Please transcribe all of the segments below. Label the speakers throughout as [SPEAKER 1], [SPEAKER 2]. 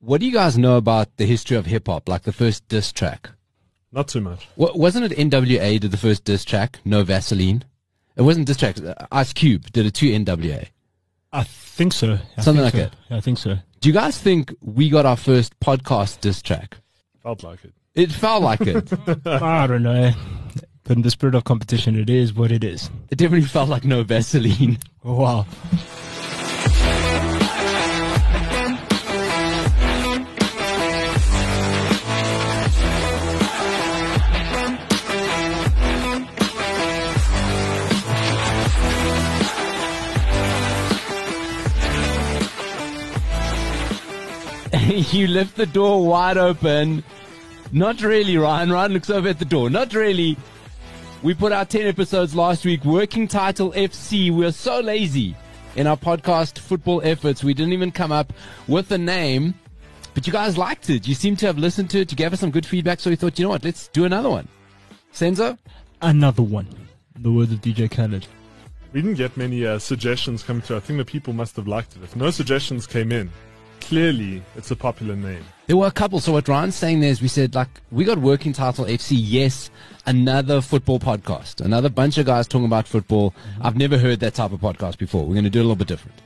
[SPEAKER 1] What do you guys know about the history of hip hop? Like the first diss track?
[SPEAKER 2] Not too much.
[SPEAKER 1] Wa- wasn't it NWA did the first diss track? No Vaseline. It wasn't diss track. uh, Ice Cube did it to NWA.
[SPEAKER 3] I think so. I
[SPEAKER 1] Something
[SPEAKER 3] think
[SPEAKER 1] like
[SPEAKER 3] so.
[SPEAKER 1] it.
[SPEAKER 3] Yeah, I think so.
[SPEAKER 1] Do you guys think we got our first podcast diss track?
[SPEAKER 2] Felt like it.
[SPEAKER 1] It felt like it.
[SPEAKER 3] I don't know. But in the spirit of competition, it is what it is. Oh,
[SPEAKER 1] It definitely felt like no Vaseline.
[SPEAKER 3] Wow.
[SPEAKER 1] you left the door wide open. Not really, Ryan. Ryan looks over at the door. Not really. We put out 10 episodes last week. Working title FC. We're so lazy in our podcast football efforts. We didn't even come up with a name, but you guys liked it. You seem to have listened to it. You gave us some good feedback. So we thought, you know what? Let's do another one. Senzo?
[SPEAKER 3] Another one. The words of DJ Khaled.
[SPEAKER 2] We didn't get many uh, suggestions come through. I think the people must have liked it. If no suggestions came in, clearly it's a popular name.
[SPEAKER 1] There were a couple. So what Ryan's saying there is we said, like, we got working title FC. Yes, another football podcast. Another bunch of guys talking about football.
[SPEAKER 3] Mm-hmm.
[SPEAKER 1] I've never heard that type of podcast before. We're going to do it a little bit different.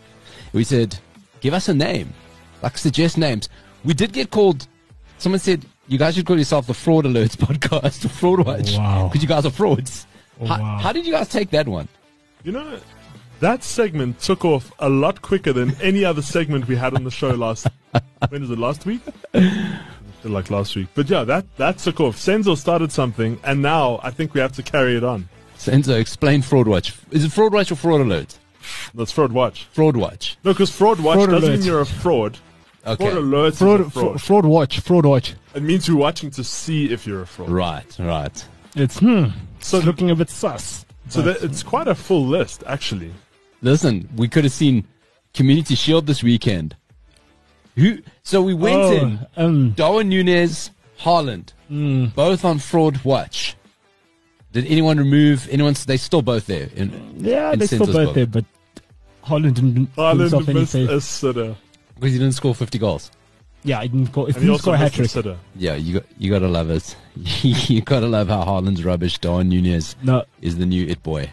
[SPEAKER 1] We said, give us a name. Like, suggest names. We did get called, someone said, you guys should call yourself the Fraud Alerts podcast, the Fraud Watch.
[SPEAKER 3] Wow. Oh,
[SPEAKER 1] Because you guys are frauds. how,
[SPEAKER 3] wow.
[SPEAKER 1] how did you guys take that one?
[SPEAKER 2] You know, that segment took off a lot quicker than any other segment we had on the show last. when was it? Last week? I feel like last week. But yeah, that that took off. Senzo started something, and now I think we have to carry it on.
[SPEAKER 1] Senzo, explain Fraud Watch. Is it Fraud Watch or Fraud Alert?
[SPEAKER 2] That's fraud watch.
[SPEAKER 1] Fraud Watch.
[SPEAKER 2] No, because fraud watch
[SPEAKER 3] Fraud
[SPEAKER 2] doesn't
[SPEAKER 3] alert.
[SPEAKER 2] mean you're a fraud.
[SPEAKER 1] Okay.
[SPEAKER 2] Fraud alerts. is a
[SPEAKER 3] Fraud,
[SPEAKER 2] fraud.
[SPEAKER 3] fraud. fraud watch. Fraud watch.
[SPEAKER 2] It means you're watching to see if you're a fraud.
[SPEAKER 1] Right, right.
[SPEAKER 3] It's hmm.
[SPEAKER 2] So-
[SPEAKER 3] So looking a bit sus.
[SPEAKER 2] So that, it's quite a full list, actually.
[SPEAKER 1] Listen, we could have seen Community Shield this weekend. Who? So we went
[SPEAKER 3] Oh,
[SPEAKER 1] in.
[SPEAKER 3] um,
[SPEAKER 1] Darwin Nunez, Haaland, both on fraud watch. Did anyone remove anyone? They still both there. in-
[SPEAKER 3] yeah,
[SPEAKER 1] in
[SPEAKER 3] they still
[SPEAKER 1] Senzo's
[SPEAKER 3] both
[SPEAKER 1] book.
[SPEAKER 3] there, but Holland didn't do himself
[SPEAKER 2] Ireland
[SPEAKER 3] any
[SPEAKER 2] missed
[SPEAKER 3] favor.
[SPEAKER 2] a sitter.
[SPEAKER 1] because he didn't score fifty goals.
[SPEAKER 3] Yeah, he didn't score. If
[SPEAKER 2] And he
[SPEAKER 3] he
[SPEAKER 2] also
[SPEAKER 3] score a hat
[SPEAKER 2] missed a
[SPEAKER 3] trick,
[SPEAKER 2] sitter.
[SPEAKER 1] Yeah, you got you gotta love it. you gotta love how Haaland's rubbish. Darwin Nunez
[SPEAKER 3] no,
[SPEAKER 1] is the new it boy.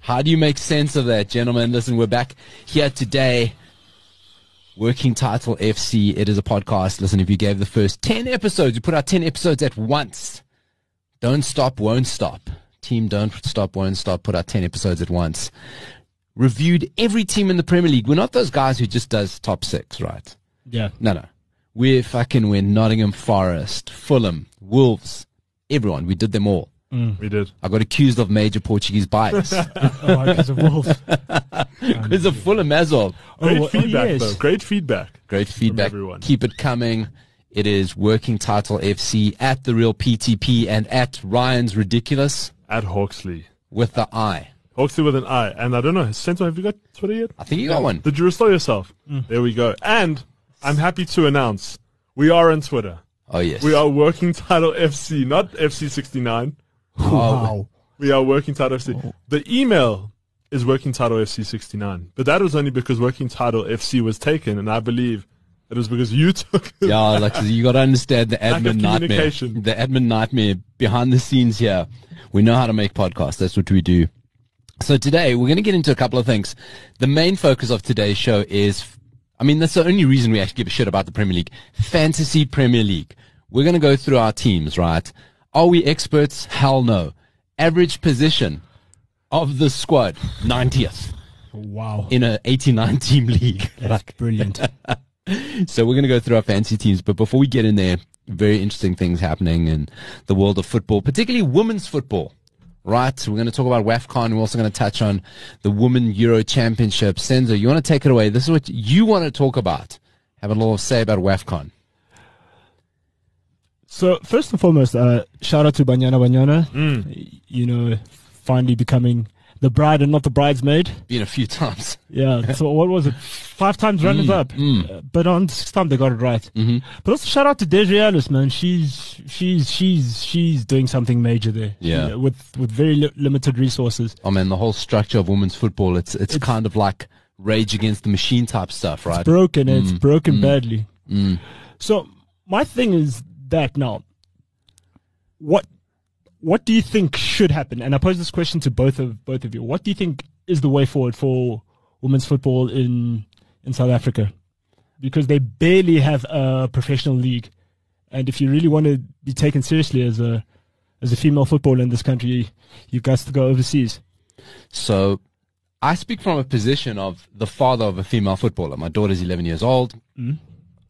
[SPEAKER 1] How do you make sense of that, gentlemen? Listen, we're back here today. Working Title FC. It is a podcast. Listen, if you gave the first 10 episodes, you put out 10 episodes at once. Don't stop, won't stop. Team don't stop, won't stop. Put out 10 episodes at once. Reviewed every team in the Premier League. We're not those guys who just does top six, right?
[SPEAKER 3] yeah,
[SPEAKER 1] No, no. We fucking went Nottingham Forest, Fulham, Wolves, everyone. We did them all.
[SPEAKER 3] Hmm.
[SPEAKER 2] We did.
[SPEAKER 1] I got accused of major Portuguese bias
[SPEAKER 3] oh, because of Wolves.
[SPEAKER 1] because of Fulham as well.
[SPEAKER 2] Great
[SPEAKER 3] Oh, well,
[SPEAKER 2] feedback,
[SPEAKER 3] yes.
[SPEAKER 2] though. Great feedback.
[SPEAKER 1] Great feedback.
[SPEAKER 2] everyone.
[SPEAKER 1] Keep it coming. It is working title FC at the real PTP and at Ryan's Ridiculous
[SPEAKER 2] At Hawksley.
[SPEAKER 1] with the I.
[SPEAKER 2] Hawksley with an I. And I don't know, Sento, have you got Twitter yet?
[SPEAKER 1] I think you got one.
[SPEAKER 2] Did you restore yourself?
[SPEAKER 3] Hmm.
[SPEAKER 2] There we go. And I'm happy to announce we are on Twitter.
[SPEAKER 1] Oh yes.
[SPEAKER 2] We are working title FC, not FC69.
[SPEAKER 3] wow.
[SPEAKER 2] We are working title
[SPEAKER 3] Oh.
[SPEAKER 2] FC. The email is working title FC69, but that was only because working title FC was taken, and I believe it was because you took it.
[SPEAKER 1] Yeah, Alexis, you got to understand the
[SPEAKER 2] of
[SPEAKER 1] admin nightmare.
[SPEAKER 2] communication.
[SPEAKER 1] The admin nightmare behind the scenes here. We know how to make podcasts. That's what we do. So today we're going to get into a couple of things. The main focus of today's show is, I mean, that's the only reason we actually give a shit about the Premier League. Fantasy Premier League. We're going to go through our teams, right? Are we experts? Hell no. Average position of the squad, 90th
[SPEAKER 3] Wow.
[SPEAKER 1] in a 89 team league.
[SPEAKER 3] That's brilliant.
[SPEAKER 1] So we're going to go through our fancy teams, but before we get in there, very interesting things happening in the world of football, particularly women's football. Right, we're going to talk about WAFCON. We're also going to touch on the Women Euro Championship. Senzo, you want to take it away? This is what you want to talk about. Have a little say about WAFCON.
[SPEAKER 3] So first and foremost, uh, shout out to Banyana Banyana. You know, finally becoming the bride and not the bridesmaid.
[SPEAKER 1] Been a few times.
[SPEAKER 3] Yeah. so what was it? Five times runners up, Uh, but on the sixth time they got it right. Mm-hmm. But also shout out to Dejri Ellis, man. She's she's she's she's doing something major there.
[SPEAKER 1] Yeah.
[SPEAKER 3] You know, with with very li- limited resources.
[SPEAKER 1] Oh man, the whole structure of women's football, it's, it's, kind of like rage against the machine type stuff, right? Mm.
[SPEAKER 3] Broken. and It's broken badly. So my thing is that now, what what do you think should happen? And I pose this question to both of both of you. What do you think is the way forward for women's football in in South Africa? Because they barely have a professional league, and if you really want to be taken seriously as a as a female footballer in this country, you've got to go overseas.
[SPEAKER 1] So I speak from a position of the father of a female footballer. My daughter's 11 years old.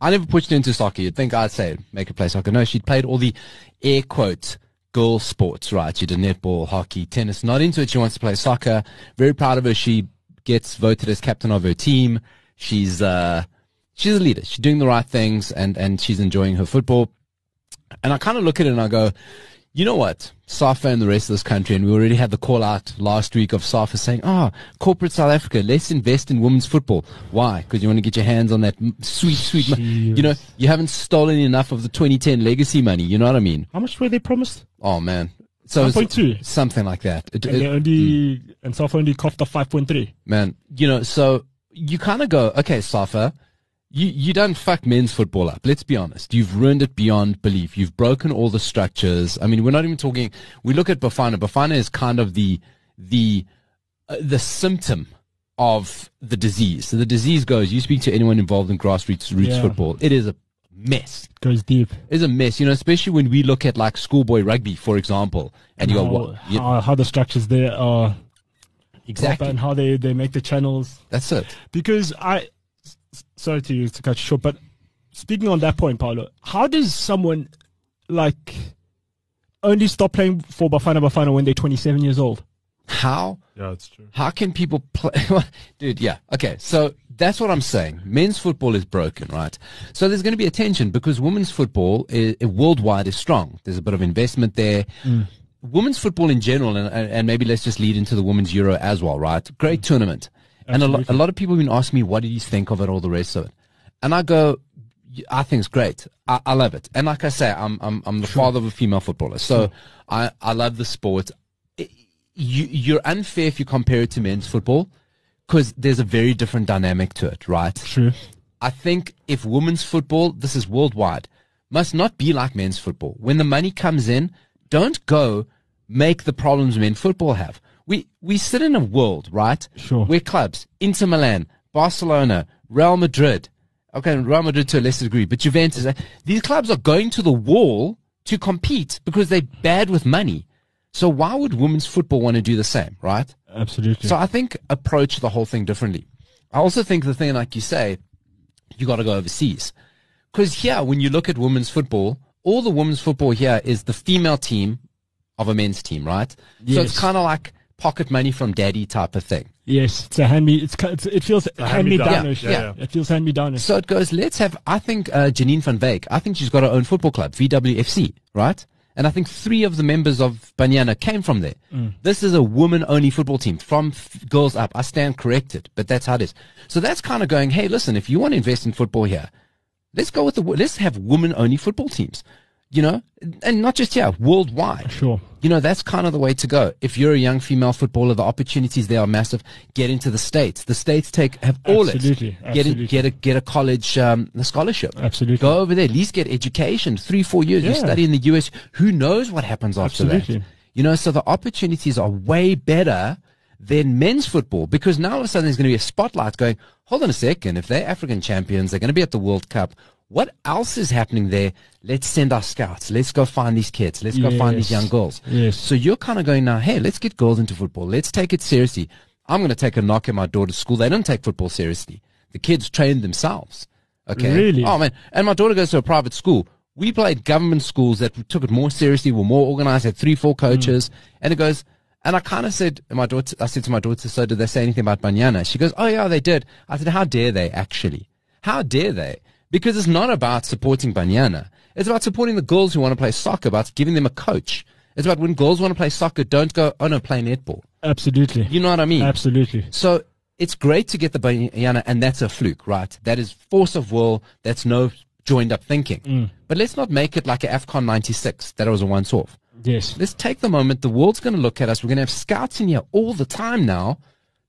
[SPEAKER 1] I never pushed her into soccer. You'd think I'd say, make her play soccer. No, she'd played all the air quotes girl sports, right? She did netball, hockey, tennis. Not into it. She wants to play soccer. Very proud of her. She gets voted as captain of her team. She's, uh, she's a leader. She's doing the right things and, and she's enjoying her football. And I kind of look at it and I go, you know what? SAFA and the rest of this country, and we already had the call out last week of SAFA saying, ah, corporate South Africa, let's invest in women's football. Why? Because you want to get your hands on that m- sweet, sweet money. You know, you haven't stolen enough of the 2010 legacy money. You know what I mean?
[SPEAKER 3] How much were they promised?
[SPEAKER 1] Oh, man. So it's Hmm.
[SPEAKER 3] 1.2.
[SPEAKER 1] something like that. It-
[SPEAKER 3] And
[SPEAKER 1] it-
[SPEAKER 3] they only and South only coughed up five point three.
[SPEAKER 1] man. You know, so you kind of go, okay, Safa, you, you done fucked men's football up. Let's be honest. You've ruined it beyond belief. You've broken all the structures. I mean, we're not even talking. We look at Bafana. Bafana is kind of the the uh, the symptom of the disease. So the disease goes. You speak to anyone involved in grassroots roots
[SPEAKER 3] Yeah.
[SPEAKER 1] football, it is a mess
[SPEAKER 3] Goes deep.
[SPEAKER 1] is a mess, you know, especially when we look at like schoolboy rugby, for example, and you go,
[SPEAKER 3] how,
[SPEAKER 1] what? you-
[SPEAKER 3] how, how the structures there are proper
[SPEAKER 1] Exactly.
[SPEAKER 3] and how they, they make the channels.
[SPEAKER 1] That's it.
[SPEAKER 3] Because I, s- s- sorry to to cut you short, but speaking on that point, Paolo, how does someone like only stop playing for Bafana Bafana when they're 27 years old?
[SPEAKER 1] How
[SPEAKER 2] Yeah, it's true.
[SPEAKER 1] How can people play? Dude, yeah. Okay. So that's what I'm saying. Men's football is broken, right? So there's going to be a tension because women's football i i- worldwide is strong. There's a bit of investment there. Women's football in general, and, and and maybe let's just lead into the Women's Euro as well, right? Great tournament. And a, lo- a lot of people have been asking me, what did you think of it, all the rest of it? And I go, y- I think it's great. I, I love it. And like I say, I'm, I'm, I'm the father of a female footballer. So I, I love the sport you, you're unfair if you compare it to men's football because there's a very different dynamic to it, right?
[SPEAKER 3] True.
[SPEAKER 1] I think if women's football, this is worldwide, must not be like men's football. When the money comes in, don't go make the problems men football have. We, we sit in a world, right?
[SPEAKER 3] Sure.
[SPEAKER 1] Where clubs, Inter Milan, Barcelona, Real Madrid, okay, Real Madrid to a lesser degree, but Juventus, uh, these clubs are going to the wall to compete because they're bad with money. So why would women's football want to do the same, right?
[SPEAKER 3] Absolutely.
[SPEAKER 1] So I think approach the whole thing differently. I also think the thing, like you say, you got to go overseas. Because here, when you look at women's football, all the women's football here is the female team of a men's team, right? So it's
[SPEAKER 3] Yes.
[SPEAKER 1] kind of like pocket money from daddy type of thing.
[SPEAKER 3] yes, it's a hand me. It's, ca- it's it feels hand me
[SPEAKER 2] hand-me-down.
[SPEAKER 3] down.
[SPEAKER 2] Yeah, yeah.
[SPEAKER 3] It feels hand me down.
[SPEAKER 1] So it goes, let's have, I think uh, Janine van Veek, I think she's got her own football club, VWFC, right? And I think three of the members of Banyana came from there. This is a woman only football team from f- girls up. I stand corrected, but that's how it is. So that's kind of going, hey, listen, if you want to invest in football here, let's go with the, wo- let's have women only football teams, you know, and not just here, worldwide.
[SPEAKER 3] Sure.
[SPEAKER 1] You know, that's kind of the way to go. If you're a young female footballer, the opportunities there are massive. Get into the States. The States take, have all
[SPEAKER 3] Absolutely,
[SPEAKER 1] it. Get, in,
[SPEAKER 3] absolutely.
[SPEAKER 1] get, a, get a college um, scholarship.
[SPEAKER 3] Absolutely.
[SPEAKER 1] Go over there. At least get education. Three, four years. You
[SPEAKER 3] Yeah.
[SPEAKER 1] study in the US. Who knows what happens after that?
[SPEAKER 3] Absolutely.
[SPEAKER 1] You know, so the opportunities are way better than men's football because now all of a sudden there's going to be a spotlight going, hold on a second. If they're African champions, they're going to be at the World Cup. What else is happening there? Let's send our scouts. Let's go find these kids. Let's go find these
[SPEAKER 3] Yes.
[SPEAKER 1] young girls.
[SPEAKER 3] Yes.
[SPEAKER 1] So you're kind of going now, hey, let's get girls into football. Let's take it seriously. I'm going to take a knock at my daughter's school. They don't take football seriously. The kids train themselves. Okay.
[SPEAKER 3] Really?
[SPEAKER 1] Oh, man. And my daughter goes to a private school. We played government schools that took it more seriously, were more organized, had three, four coaches. And it goes, and I kind of said, and my daughter, I said to my daughter, so did they say anything about Banyana? She goes, oh, yeah, they did. I said, how dare they actually? How dare they? Because it's not about supporting Banyana. It's about supporting the girls who want to play soccer, about giving them a coach. It's about when girls want to play soccer, don't go, oh no, play netball.
[SPEAKER 3] Absolutely.
[SPEAKER 1] You know what I mean?
[SPEAKER 3] Absolutely.
[SPEAKER 1] So it's great to get the Banyana, and that's a fluke, right? That is force of will. That's no joined up thinking. But let's not make it like a AFCON 96 that it was a once off.
[SPEAKER 3] Yes.
[SPEAKER 1] Let's take the moment. The world's going to look at us. We're going to have scouts in here all the time now.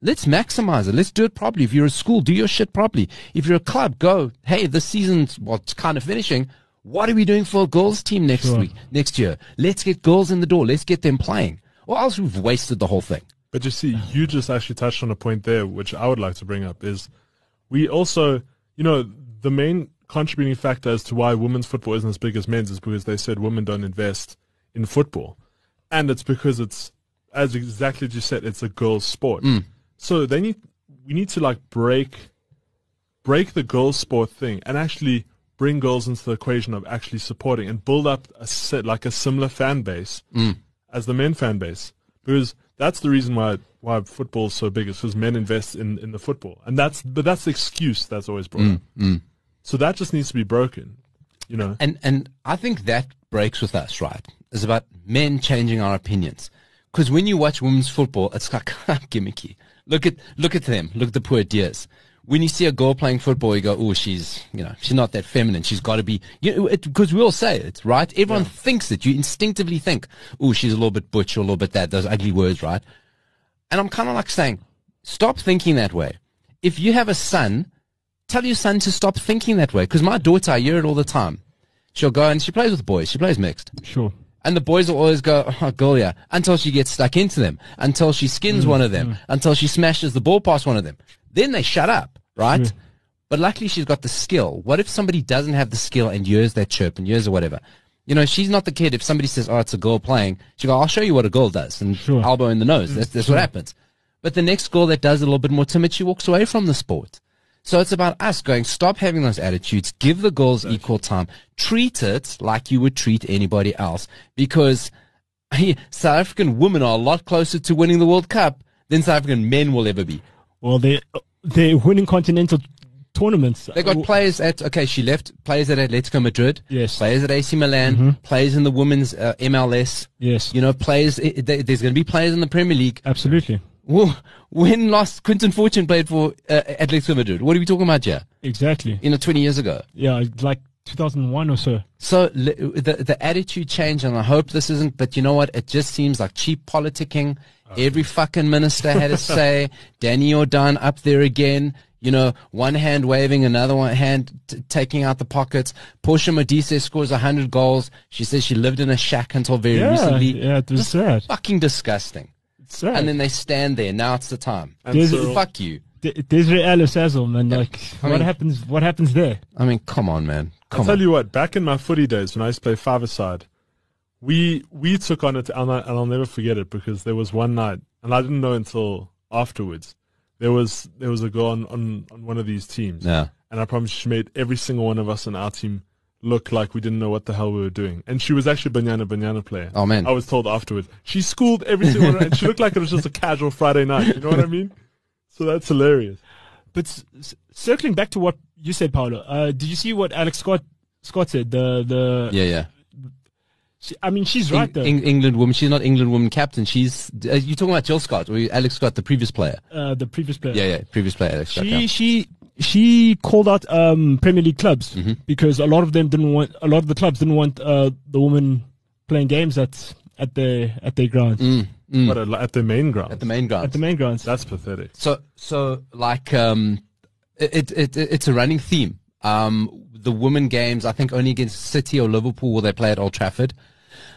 [SPEAKER 1] Let's maximize it. Let's do it properly. If you're a school, do your shit properly. If you're a club, go, hey, this season's what's kind of finishing. What are we doing for a girls team next week, next year? Let's get girls in the door. Let's get them playing. Or else we've wasted the whole thing.
[SPEAKER 2] But you see, you just actually touched on a point there, which I would like to bring up is we also, you know, the main contributing factor as to why women's football isn't as big as men's is because they said women don't invest in football. And it's because it's, as exactly as you said, it's a girls' sport. So they need, we need to like break, break the girls' sport thing and actually bring girls into the equation of actually supporting and build up a set, like a similar fan base as the men fan base because that's the reason why why football is so big is because men invest in, in the football and that's but that's the excuse that's always brought up. So that just needs to be broken, you know.
[SPEAKER 1] and and I think that breaks with us, right? It's about men changing our opinions. Because when you watch women's football, it's like "Ah, gimmicky. Look at look at them. Look at the poor dears. When you see a girl playing football, you go, "Oh, she's you know she's not that feminine. She's got to be." You know, because we all say it, right? Everyone thinks it. You instinctively think, "Oh, she's a little bit butch, a little bit that." Those ugly words, right? And I'm kind of like saying, stop thinking that way. If you have a son, tell your son to stop thinking that way. Because my daughter, I hear it all the time. She'll go and she plays with boys. She plays mixed.
[SPEAKER 3] Sure.
[SPEAKER 1] And the boys will always go, oh, girl, yeah, until she gets stuck into them, until she skins one of them, until she smashes the ball past one of them. Then they shut up, right? But luckily she's got the skill. What if somebody doesn't have the skill and hears that chirp and hears or whatever? You know, she's not the kid. If somebody says, oh, it's a girl playing, she go, I'll show you what a girl does and
[SPEAKER 3] Sure.
[SPEAKER 1] elbow in the nose. That's, that's what happens. But the next girl that does a little bit more timid, she walks away from the sport. So it's about us going, stop having those attitudes, give the girls equal time, treat it like you would treat anybody else because South African women are a lot closer to winning the World Cup than South African men will ever be.
[SPEAKER 3] Well, they they're winning continental tournaments.
[SPEAKER 1] They got players at okay. She left players at Atletico Madrid.
[SPEAKER 3] Yes.
[SPEAKER 1] Players at AC Milan. Players in the women's uh, MLS.
[SPEAKER 3] Yes.
[SPEAKER 1] You know, players. i i- there- there's going to be players in the Premier League.
[SPEAKER 3] Absolutely.
[SPEAKER 1] Well, when last Quinton Fortune played for uh, Atletico Madrid? What are we talking about here?
[SPEAKER 3] Exactly.
[SPEAKER 1] You know, 20 years ago.
[SPEAKER 3] Yeah, like 2001 or so.
[SPEAKER 1] So l- the the attitude change, and I hope this isn't. But you know what? It just seems like cheap politicking.
[SPEAKER 2] Oh,
[SPEAKER 1] Every fucking minister had a say. Danny O'Don up there again. You know, one hand waving, another one hand t- taking out the pockets. Portia Modise scores hundred goals. She says she lived in a shack until very
[SPEAKER 3] Yeah,
[SPEAKER 1] recently.
[SPEAKER 3] yeah, it was sad.
[SPEAKER 1] Fucking disgusting.
[SPEAKER 3] It's sad.
[SPEAKER 1] And then they stand there. Now it's the time.
[SPEAKER 2] And
[SPEAKER 3] There's-
[SPEAKER 2] Cyril-
[SPEAKER 1] Fuck you.
[SPEAKER 3] D- Desiree Ellis as well, man. Like,
[SPEAKER 1] I
[SPEAKER 3] what
[SPEAKER 1] mean-
[SPEAKER 3] happens? What happens there?
[SPEAKER 1] I mean, come on, man.
[SPEAKER 2] I'll
[SPEAKER 1] Come
[SPEAKER 2] tell
[SPEAKER 1] on.
[SPEAKER 2] you what, back in my footy days when I used to play five aside, we we took on it and, I, and I'll never forget it because there was one night and I didn't know until afterwards. There was there was a girl on, on, on one of these teams.
[SPEAKER 1] Yeah.
[SPEAKER 2] And I promise she made every single one of us on our team look like we didn't know what the hell we were doing. And she was actually a banana banana player.
[SPEAKER 1] Oh, man.
[SPEAKER 2] I was told afterwards. She schooled every single one of- and she looked like it was just a casual Friday night. You know what I mean? So that's hilarious.
[SPEAKER 3] But s- s- circling back to what you said, Paolo, uh, did you see what Alex Scott Scott said? The the
[SPEAKER 1] Yeah, yeah.
[SPEAKER 3] she- I mean, she's right though.
[SPEAKER 1] Eng- Eng- England woman. She's not England woman captain. She's uh, you talking about Jill Scott or Alex Scott, the previous player.
[SPEAKER 3] uh, the previous player.
[SPEAKER 1] Yeah, yeah, previous player Alex Scott.
[SPEAKER 3] She
[SPEAKER 1] yeah.
[SPEAKER 3] she she called out um, Premier League clubs
[SPEAKER 1] Mm-hmm.
[SPEAKER 3] because a lot of them didn't want a lot of the clubs didn't want uh, the woman playing games at at their at their grounds
[SPEAKER 1] Mm.
[SPEAKER 2] But at, at the main ground.
[SPEAKER 1] Hmm. at the main ground.
[SPEAKER 3] at the main grounds.
[SPEAKER 2] that's pathetic.
[SPEAKER 1] so so like um, it, it it it's a running theme. Um, the women games. I think only against City or Liverpool will they play at Old Trafford.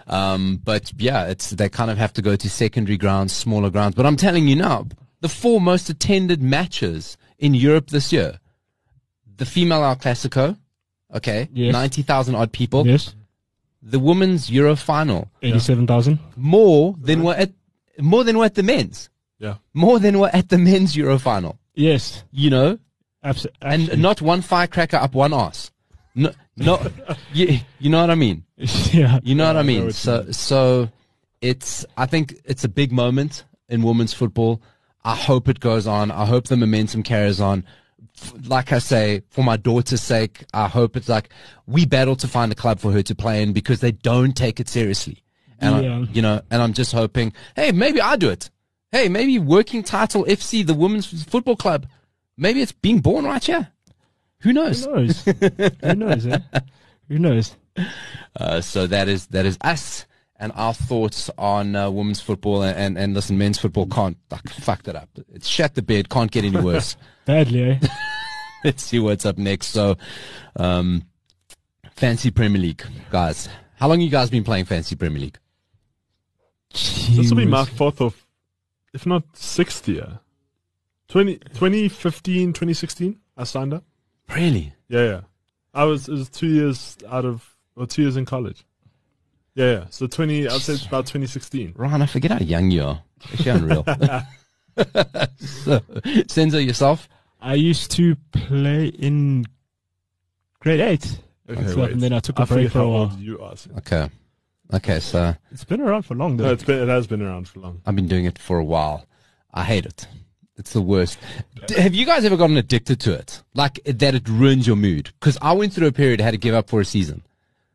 [SPEAKER 1] Um, but yeah, it's they kind of have to go to secondary grounds, smaller grounds. But I'm telling you now, the four most attended matches in Europe this year, the female El Clasico, okay,
[SPEAKER 3] Yes.
[SPEAKER 1] ninety thousand odd people.
[SPEAKER 3] yes,
[SPEAKER 1] the women's Euro final
[SPEAKER 3] eighty-seven thousand.
[SPEAKER 1] more than were at more than were at the men's,
[SPEAKER 2] Yeah.
[SPEAKER 1] more than were at the men's Euro final.
[SPEAKER 3] Yes,
[SPEAKER 1] You know,
[SPEAKER 3] abso-
[SPEAKER 1] and
[SPEAKER 3] absolutely.
[SPEAKER 1] not one firecracker up one ass. No, no, you, you know what I mean.
[SPEAKER 3] yeah,
[SPEAKER 1] You know what I
[SPEAKER 2] know
[SPEAKER 1] mean.
[SPEAKER 2] what you
[SPEAKER 1] so so, it's I think it's a big moment in women's football. I hope it goes on. I hope the momentum carries on. F- Like I say, for my daughter's sake, I hope it's like we battle to find a club for her to play in because they don't take it seriously. And I-
[SPEAKER 3] Yeah.
[SPEAKER 1] you know, and I'm just hoping, hey, maybe I do it. Hey, maybe working title FC, the women's football club, maybe it's being born right here. Who knows?
[SPEAKER 3] Who knows? Who knows? Eh? Who knows?
[SPEAKER 1] Uh, so that is that is us. and our thoughts on uh, women's football and, and, and listen, men's football can't fuck, fucked it up. It's shat the bed, can't get any worse.
[SPEAKER 3] Badly, eh?
[SPEAKER 1] Let's see what's up next. So, um, fancy Premier League, guys. How long you guys been playing fancy Premier League?
[SPEAKER 2] This will be my fourth of, if not sixth year. 20, 2015, 2016, I signed up.
[SPEAKER 1] Really?
[SPEAKER 2] Yeah, yeah. I was, it was two years out of, or two years in college. Yeah, yeah. So 20, I'd say it's about 2016.
[SPEAKER 1] Ryan, I forget how young you are. It's unreal. so, Senzo, yourself?
[SPEAKER 3] I used to play in grade eight.
[SPEAKER 2] Okay,
[SPEAKER 3] So, and then I took a
[SPEAKER 2] I
[SPEAKER 3] break
[SPEAKER 2] forget
[SPEAKER 3] for
[SPEAKER 2] how
[SPEAKER 3] a while.
[SPEAKER 2] old you are. Sid.
[SPEAKER 1] Okay. Okay, so
[SPEAKER 3] It's been around for long,
[SPEAKER 2] No,
[SPEAKER 3] though.
[SPEAKER 2] it's been, it has been around for long.
[SPEAKER 1] I've been doing it for a while. I hate it. It's the worst. D- have you guys ever gotten addicted to it? Like that it ruins your mood? Because I went through a period I had to give up for a season.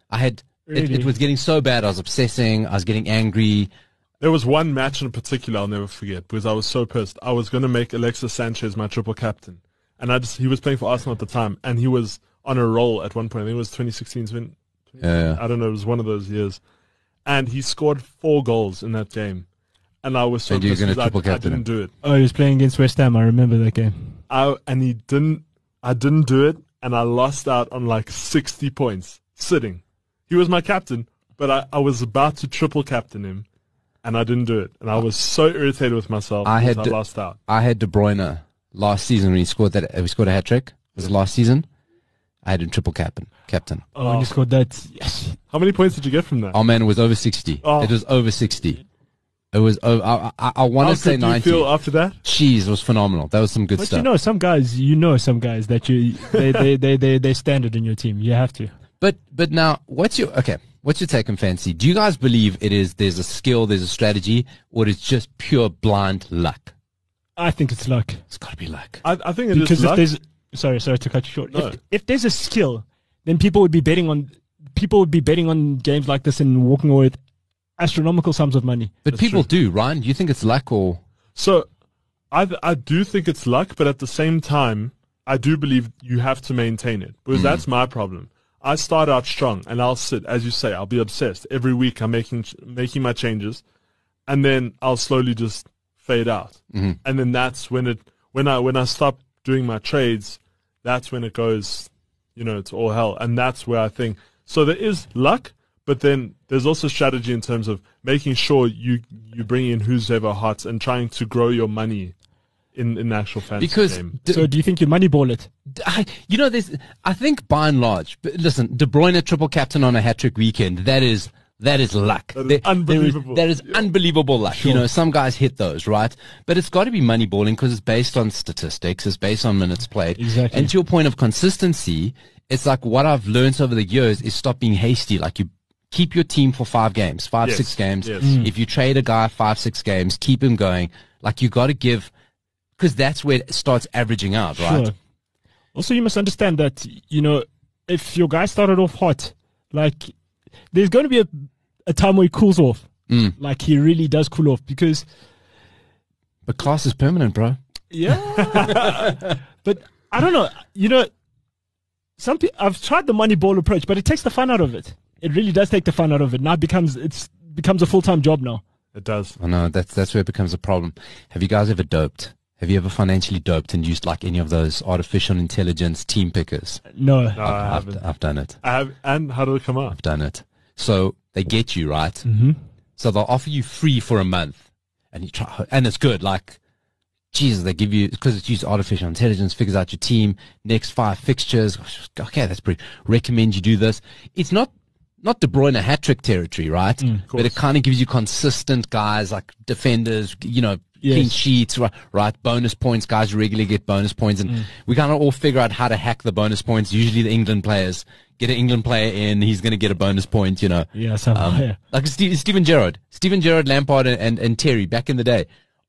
[SPEAKER 1] I had, it, it
[SPEAKER 3] Really?
[SPEAKER 1] was getting so bad. I was obsessing. I was getting angry.
[SPEAKER 2] There was one match in particular I'll never forget because I was so pissed. I was going to make Alexis Sanchez my triple captain. And I just, he was playing for Arsenal at the time and he was on a roll at one point. I think it was 2016, 20,
[SPEAKER 1] Yeah.
[SPEAKER 2] I don't know, it was one of those years. And he scored four goals in that game. And I was so
[SPEAKER 1] And you were
[SPEAKER 2] pissed
[SPEAKER 1] gonna
[SPEAKER 2] 'cause I,
[SPEAKER 1] triple
[SPEAKER 2] I
[SPEAKER 1] captain him.
[SPEAKER 2] didn't do it.
[SPEAKER 3] Oh, he was playing against West Ham. I remember that game.
[SPEAKER 2] I, and he didn't, I didn't do it and I lost out on like 60 points sitting. He was my captain, but I, I was about to triple captain him and I didn't do it. And I was so irritated with myself
[SPEAKER 1] I
[SPEAKER 2] I
[SPEAKER 1] had
[SPEAKER 2] had I
[SPEAKER 1] to-
[SPEAKER 2] lost out.
[SPEAKER 1] I had De Bruyne last season when he scored that, uh, he scored a hat trick. Was it last season? I had him triple captain. Captain.
[SPEAKER 3] Oh. When he scored that, yes.
[SPEAKER 2] How many points did you get from that?
[SPEAKER 1] Oh man, it was over 60.
[SPEAKER 2] Oh.
[SPEAKER 1] It was over 60. It was, over, I, I, I want
[SPEAKER 2] How
[SPEAKER 1] to say
[SPEAKER 2] good do you
[SPEAKER 1] 90.
[SPEAKER 2] feel after that?
[SPEAKER 1] Jeez, it was phenomenal. That was some good
[SPEAKER 3] But
[SPEAKER 1] stuff.
[SPEAKER 3] you know, some guys, you know, some guys that you they they they they they standard in your team. You have to.
[SPEAKER 1] But but now, what's your okay? What's your take on fancy? Do you guys believe it is there's a skill, there's a strategy, or it's just pure blind luck?
[SPEAKER 3] I think it's luck
[SPEAKER 1] It's got to be luck.
[SPEAKER 2] I, I think it is
[SPEAKER 3] because if
[SPEAKER 2] luck.
[SPEAKER 3] there's sorry sorry to cut you short.
[SPEAKER 2] No.
[SPEAKER 3] If, if there's a skill, then people would be betting on people would be betting on games like this and walking away with astronomical sums of money.
[SPEAKER 1] But people do, Ryan. Do you think it's luck or
[SPEAKER 2] So I, I do think it's luck, but at the same time, I do believe you have to maintain it because that's my problem. I start out strong and I'll sit, as you say, I'll be obsessed. Every week I'm making, ch- making my changes and then I'll slowly just fade out.
[SPEAKER 1] Mm-hmm.
[SPEAKER 2] And then that's when it, when I, when I stop doing my trades, that's when it goes, you know, to all hell. And that's where I think, so there is luck, but then there's also strategy in terms of making sure you, you bring in who's ever hot and trying to grow your money in, in the actual fantasy
[SPEAKER 1] because
[SPEAKER 2] game.
[SPEAKER 1] d-
[SPEAKER 3] So do you think you moneyball it?
[SPEAKER 1] d- I, you know this? I think by and large, but listen, De Bruyne triple captain on a hat trick weekend. That is that is luck.
[SPEAKER 2] That is
[SPEAKER 1] There-
[SPEAKER 2] unbelievable.
[SPEAKER 1] There is, there is unbelievable luck. You know, some guys hit those right, but it's got to be money balling because it's based on statistics. It's based on minutes played.
[SPEAKER 3] Exactly.
[SPEAKER 1] And to your point of consistency, it's like what I've learned over the years is stop being hasty. Like you keep your team for five games, five,
[SPEAKER 2] Yes.
[SPEAKER 1] six games.
[SPEAKER 2] Yes.
[SPEAKER 3] Mm.
[SPEAKER 1] If you trade a guy five, six games, keep him going. Like you got to give, because that's where it starts averaging out, right?
[SPEAKER 3] Sure. Also, you must understand that you know if your guy started off hot, like there's going to be a, a time where he cools off. Like he really does cool off because
[SPEAKER 1] But class is permanent, bro.
[SPEAKER 3] yeah. but I don't know. You know, some pe- I've tried the money ball approach, but it takes the fun out of it. It really does take the fun out of it. Now it becomes it's becomes a full time job now.
[SPEAKER 2] it does.
[SPEAKER 1] I know that's that's where it becomes a problem. Have you guys ever doped? Have you ever financially doped and used like any of those artificial intelligence team pickers?
[SPEAKER 3] No,
[SPEAKER 2] No, I
[SPEAKER 1] I've,
[SPEAKER 2] haven't.
[SPEAKER 1] I've done it.
[SPEAKER 2] I have, and how did it come out?
[SPEAKER 1] I've done it. So they get you right. Mm-hmm. So they'll offer you free for a month, and you try, and it's good. Like, Jesus, they give you because it's used artificial intelligence figures out your team next five fixtures. Okay, that's pretty. Recommend you do this. It's not not De Bruyne hat trick territory, right?
[SPEAKER 3] Mm,
[SPEAKER 1] but it kind of gives you consistent guys like defenders. You know.
[SPEAKER 3] Yes.
[SPEAKER 1] Clean sheets, ri- right? Bonus points. Guys regularly get bonus points,
[SPEAKER 3] Mm.
[SPEAKER 1] and we kind of all figure out how to hack the bonus points. Usually, the England players get an England player in, he's going to get a bonus point. You know, Um,
[SPEAKER 3] yeah, some, yeah.
[SPEAKER 1] like Ste Steven Gerrard, Steven Gerrard, Lampard, and, and, and Terry back in the day,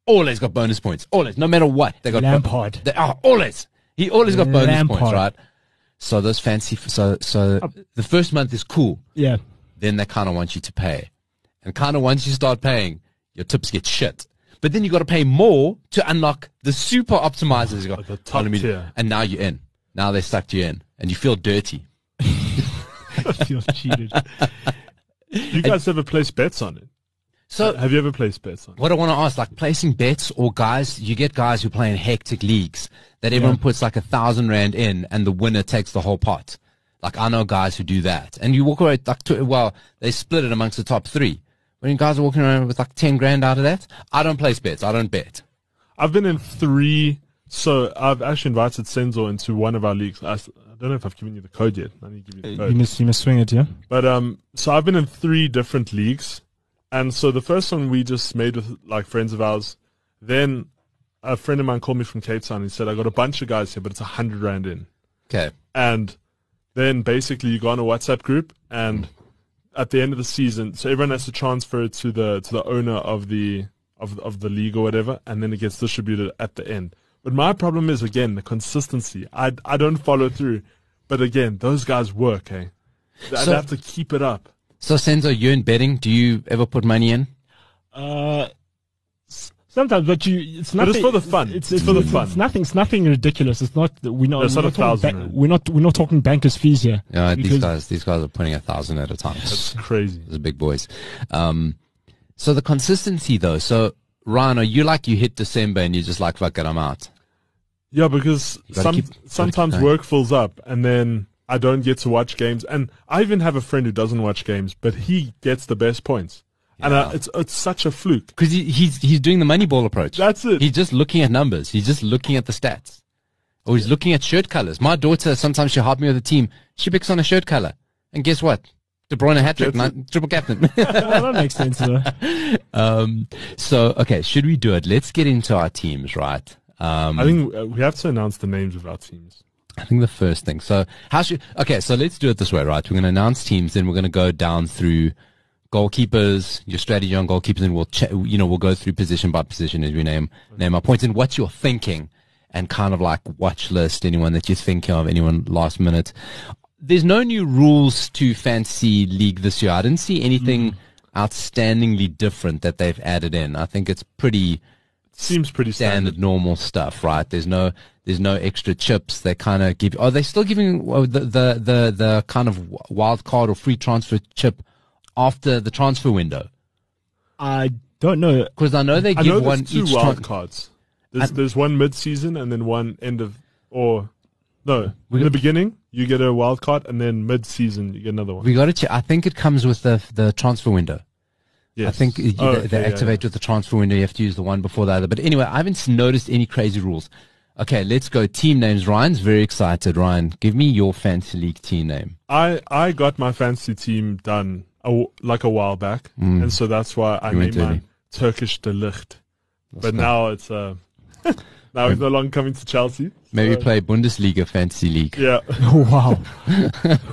[SPEAKER 1] always got bonus points. Always, no matter what, they got bo-
[SPEAKER 3] Lampard.
[SPEAKER 1] they, oh, always, he always got bonus points,
[SPEAKER 3] Lampard.
[SPEAKER 1] right? So those fancy, f- so so
[SPEAKER 2] Oh.
[SPEAKER 1] the first month is cool.
[SPEAKER 3] yeah.
[SPEAKER 1] Then they kind of want you to pay, and kind of once you start paying, your tips get shit. But then you got to pay more to unlock the super optimizers. You got
[SPEAKER 2] the top
[SPEAKER 1] "Follow me,"
[SPEAKER 2] tier.
[SPEAKER 1] and now you're in. Now they sucked you in, and you feel dirty.
[SPEAKER 3] feels cheated.
[SPEAKER 2] You guys ever place bets on it?
[SPEAKER 1] So
[SPEAKER 2] Have you ever placed bets on it?
[SPEAKER 1] What I want to ask, like placing bets or guys, you get guys who play in hectic leagues that everyone puts like a thousand rand in and the winner takes the whole pot. Like I know guys who do that and you walk away with like, two, well, they split it amongst the top three. When you guys are walking around with like 10 grand out of that, I don't place bets. I don't bet.
[SPEAKER 2] I've been in three. So I've actually invited Senzo into one of our leagues. I, s- I don't know if I've given you the code yet. I need to give you the
[SPEAKER 3] You
[SPEAKER 2] code.
[SPEAKER 3] must, you must swing it, yeah?
[SPEAKER 2] But um, so I've been in three different leagues, and so the first one we just made with like friends of ours. Then a friend of mine called me from Cape Town. He said, "I got a bunch of guys here, but it's a hundred rand in."
[SPEAKER 1] Okay.
[SPEAKER 2] and then basically you go on a WhatsApp group, and at the end of the season, so everyone has to transfer it to the to the owner of the of of the league or whatever, and then it gets distributed at the end. But my problem is again the consistency. I I don't follow through, but again those guys work. Eh? I'd
[SPEAKER 1] So-
[SPEAKER 2] have to keep it up.
[SPEAKER 1] So Senzo, you in betting, do you ever put money in?
[SPEAKER 3] Uh, s- sometimes, but you, it's
[SPEAKER 2] But
[SPEAKER 3] nothing.
[SPEAKER 2] it's for the fun. It's for the fun.
[SPEAKER 3] It's nothing. It's nothing ridiculous. It's not. We're not.
[SPEAKER 2] It's
[SPEAKER 3] we're
[SPEAKER 2] not a
[SPEAKER 3] talking
[SPEAKER 2] thousand
[SPEAKER 3] ba-
[SPEAKER 2] rand.
[SPEAKER 3] we're not. We're not talking bankers' fees here.
[SPEAKER 1] Yeah, these
[SPEAKER 3] Because-
[SPEAKER 1] guys, these guys are putting a thousand at a time.
[SPEAKER 2] It's crazy.
[SPEAKER 1] Those are big boys. Um, so the consistency though. So Ryan, are you like you hit December and you're just like, fuck it, I'm out.
[SPEAKER 2] Yeah, because
[SPEAKER 1] gotta
[SPEAKER 2] some
[SPEAKER 1] keep- gotta keep
[SPEAKER 2] sometimes
[SPEAKER 1] going.
[SPEAKER 2] work fills up, and then I don't get to watch games. And I even have a friend who doesn't watch games, but he gets the best points, and I, it's it's such a fluke.
[SPEAKER 1] Because he, he's he's doing the money ball approach.
[SPEAKER 2] That's it.
[SPEAKER 1] He's just looking at numbers. He's just looking at the stats, or he's looking at shirt colors. My daughter sometimes she help me with a team. She picks on a shirt color, and guess what? De Bruyne hat trick,
[SPEAKER 2] That's
[SPEAKER 1] ni- triple captain.
[SPEAKER 3] Well, that makes sense. Though.
[SPEAKER 1] um, so okay, should we do it? Let's get into our teams, right? Um,
[SPEAKER 2] I think uh, we have to announce the names of our teams.
[SPEAKER 1] I think the first thing. So how should okay? So let's do it this way, right? We're going to announce teams, then we're going to go down through goalkeepers, your strategy on goalkeepers, and we'll ch- you know we'll go through position by position as we name name our points and what you're thinking, and kind of like watch list anyone that you're thinking of, anyone last minute. There's no new rules to fancy league this year. I didn't see anything outstandingly different that they've added in. I think it's pretty
[SPEAKER 2] Seems pretty standard.
[SPEAKER 1] standard normal stuff, right? There's no there's no extra chips. They kind of give. Are they still giving uh, the the the, the kind of w- wild card or free transfer chip after the transfer window?
[SPEAKER 3] I don't know.
[SPEAKER 1] Because I know they
[SPEAKER 2] I
[SPEAKER 1] give
[SPEAKER 2] know
[SPEAKER 1] one
[SPEAKER 2] there's two
[SPEAKER 1] each.
[SPEAKER 2] wild
[SPEAKER 1] tran-
[SPEAKER 2] cards. There's, there's one mid-season and then one end of or no in the beginning you get a wild card and then mid-season you get another one.
[SPEAKER 1] we got to check. I think it comes with the the transfer window. I
[SPEAKER 2] Yes.
[SPEAKER 1] think you-
[SPEAKER 2] Oh,
[SPEAKER 1] they,
[SPEAKER 2] okay,
[SPEAKER 1] they
[SPEAKER 2] yeah,
[SPEAKER 1] activate with the transfer window. You have to use the one before the other. But anyway, I haven't s- noticed any crazy rules. Okay, let's go. Team names. Ryan's very excited. Ryan, give me your fantasy league team name.
[SPEAKER 2] I I got my fantasy team done a w like a while back, and so that's why I
[SPEAKER 1] Mm. You went
[SPEAKER 2] named mine
[SPEAKER 1] early.
[SPEAKER 2] Turkish Delicht. But now it's uh, now he's no longer coming to Chelsea.
[SPEAKER 1] Maybe
[SPEAKER 2] So,
[SPEAKER 1] play Bundesliga fantasy league.
[SPEAKER 2] yeah.
[SPEAKER 3] wow.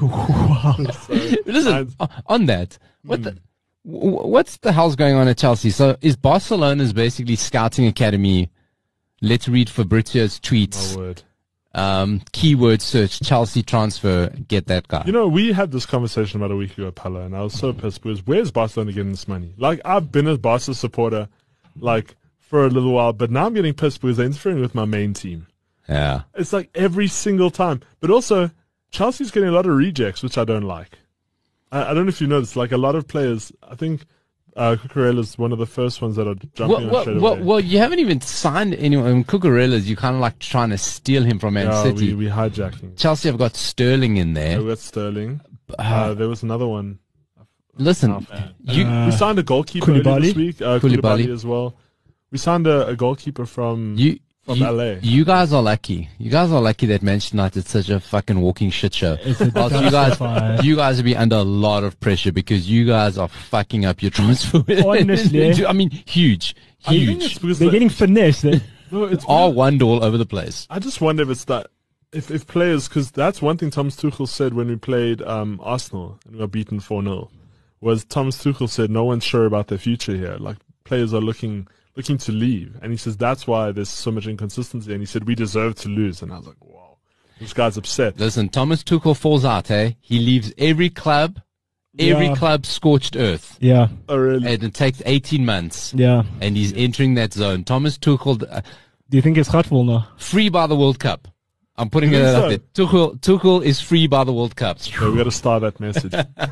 [SPEAKER 3] wow.
[SPEAKER 2] So,
[SPEAKER 1] Listen, o- on that, what the,
[SPEAKER 2] Hmm.
[SPEAKER 1] wh- what's the hell's going on at Chelsea? So is Barcelona's basically scouting academy? Let's read Fabrizio's
[SPEAKER 2] my
[SPEAKER 1] tweets.
[SPEAKER 2] word.
[SPEAKER 1] Um, keyword search Chelsea transfer. Get that guy.
[SPEAKER 2] You know, we had this conversation about a week ago, Pella, and I was so pissed because where's Barcelona getting this money? Like I've been a Barca supporter, like for a little while, but now I'm getting pissed because they're interfering with my main team.
[SPEAKER 1] yeah.
[SPEAKER 2] It's like every single time. But also, Chelsea's getting a lot of rejects, which I don't like. I, I don't know if you noticed, like a lot of players, I think uh, Cucurella's one of the first ones that are
[SPEAKER 1] Well,
[SPEAKER 2] jumping on
[SPEAKER 1] well,
[SPEAKER 2] straight
[SPEAKER 1] well,
[SPEAKER 2] away.
[SPEAKER 1] well, you haven't even signed anyone. I mean, Cucurella's, you're kind of like trying to steal him from Man
[SPEAKER 2] yeah,
[SPEAKER 1] City.
[SPEAKER 2] we, we hijacking.
[SPEAKER 1] Chelsea have got Sterling in there.
[SPEAKER 2] We got Sterling.
[SPEAKER 1] Uh,
[SPEAKER 2] Uh, there was another one. Oh,
[SPEAKER 1] Listen, you,
[SPEAKER 2] we signed a goalkeeper
[SPEAKER 3] Koulibaly?
[SPEAKER 2] earlier this week. Uh,
[SPEAKER 1] uh, Koulibaly.
[SPEAKER 2] Koulibaly. as well. We signed a, a goalkeeper from.
[SPEAKER 1] you,
[SPEAKER 2] from
[SPEAKER 1] you,
[SPEAKER 2] LA.
[SPEAKER 1] you guys are lucky. You guys are lucky that Manchester United's such a fucking walking shit show.
[SPEAKER 3] It's a
[SPEAKER 1] Whilst you guys,
[SPEAKER 3] dumpster
[SPEAKER 1] you guys will be under a lot of pressure because you guys are fucking up your transfer. window.
[SPEAKER 3] Honestly.
[SPEAKER 1] I mean, huge,
[SPEAKER 2] I think it's
[SPEAKER 1] huge.
[SPEAKER 2] because
[SPEAKER 3] They're
[SPEAKER 2] the-
[SPEAKER 3] getting finessed. eh? They-
[SPEAKER 2] no, it's
[SPEAKER 1] All wand all over the place.
[SPEAKER 2] I just wonder if it's that if if players because that's one thing Thomas Tuchel said when we played um, Arsenal and we were beaten four 0 was Thomas Tuchel said no one's sure about their future here. Like players are looking looking to leave, and he says that's why there's so much inconsistency. And he said we deserve to lose, and I was like, wow, this guy's upset.
[SPEAKER 1] Listen, Thomas Tuchel falls out. Eh? He leaves every club, every
[SPEAKER 3] Yeah.
[SPEAKER 1] club scorched earth,
[SPEAKER 3] Yeah.
[SPEAKER 2] Oh really?
[SPEAKER 1] and it takes eighteen months.
[SPEAKER 3] Yeah.
[SPEAKER 1] And he's entering that zone. Thomas Tuchel, uh,
[SPEAKER 3] Do you think it's hurtful now?
[SPEAKER 1] free by the World Cup. I'm putting
[SPEAKER 2] You
[SPEAKER 1] it
[SPEAKER 2] think
[SPEAKER 1] up
[SPEAKER 2] so?
[SPEAKER 1] there. Tuchel, Tuchel is free by the World Cup.
[SPEAKER 2] Okay, we got to start that message.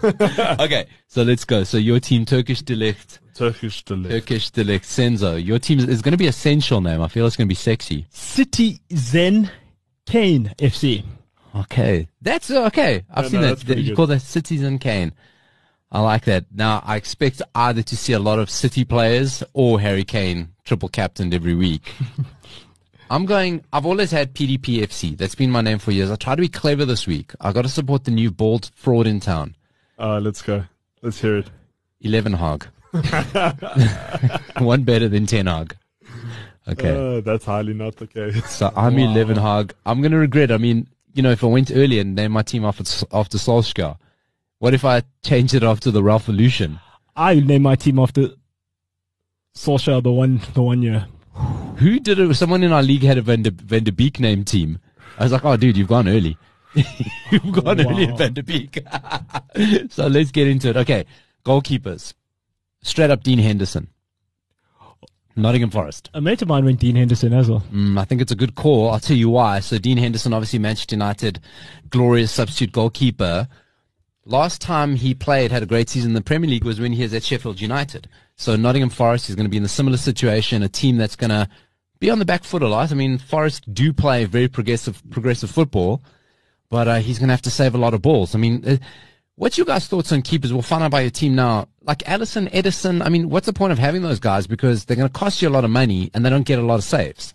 [SPEAKER 1] okay, so let's go. So your team, Turkish Delict,
[SPEAKER 2] Turkish delay.
[SPEAKER 1] Turkish Delict, Senzo. Your team is going to be a sensual name. I feel it's going to be sexy.
[SPEAKER 3] City Zen Kane FC.
[SPEAKER 1] Okay, that's uh, okay. I've
[SPEAKER 2] No,
[SPEAKER 1] seen
[SPEAKER 2] no,
[SPEAKER 1] that.
[SPEAKER 2] that's pretty
[SPEAKER 1] You
[SPEAKER 2] good.
[SPEAKER 1] call that Citizen Kane. I like that. Now I expect either to see a lot of City players or Harry Kane triple captained every week. I'm going. I've always had PDPFC. That's been my name for years. I try to be clever this week. I got to support the new bald fraud in town.
[SPEAKER 2] Uh, let's go. Let's hear it.
[SPEAKER 1] 11 hog. One better than 10 hog. Okay.
[SPEAKER 2] Uh, that's highly not the case.
[SPEAKER 1] so I'm 11 hog. I'm going to regret. I mean, you know, if I went earlier and named my team after, after Solskjaer, what if I changed it after the Ralph Illusion?
[SPEAKER 3] I named my team after Solskjaer the one the one year.
[SPEAKER 1] Who did it? Someone in our league had a Van de, Van de Beek name team. I was like, oh, dude, you've gone early. you've gone
[SPEAKER 3] Wow.
[SPEAKER 1] early at Van de Beek. so let's get into it. Okay. Goalkeepers. Straight up Dean Henderson. Nottingham Forest.
[SPEAKER 3] A mate of mine went Dean Henderson as well.
[SPEAKER 2] Hmm.
[SPEAKER 1] Mm, I think it's a good call. I'll tell you why. So Dean Henderson, obviously Manchester United, glorious substitute goalkeeper. Last time he played, had a great season in the Premier League was when he was at Sheffield United. So Nottingham Forest is going to be in a similar situation, a team that's going to be on the back foot a lot. I mean, Forest do play very progressive, progressive football, but uh, he's going to have to save a lot of balls. I mean, uh, what's your guys' thoughts on keepers? We'll find out by your team now. Like Allison, Edison, I mean, what's the point of having those guys? Because they're going to cost you a lot of money and they don't get a lot of saves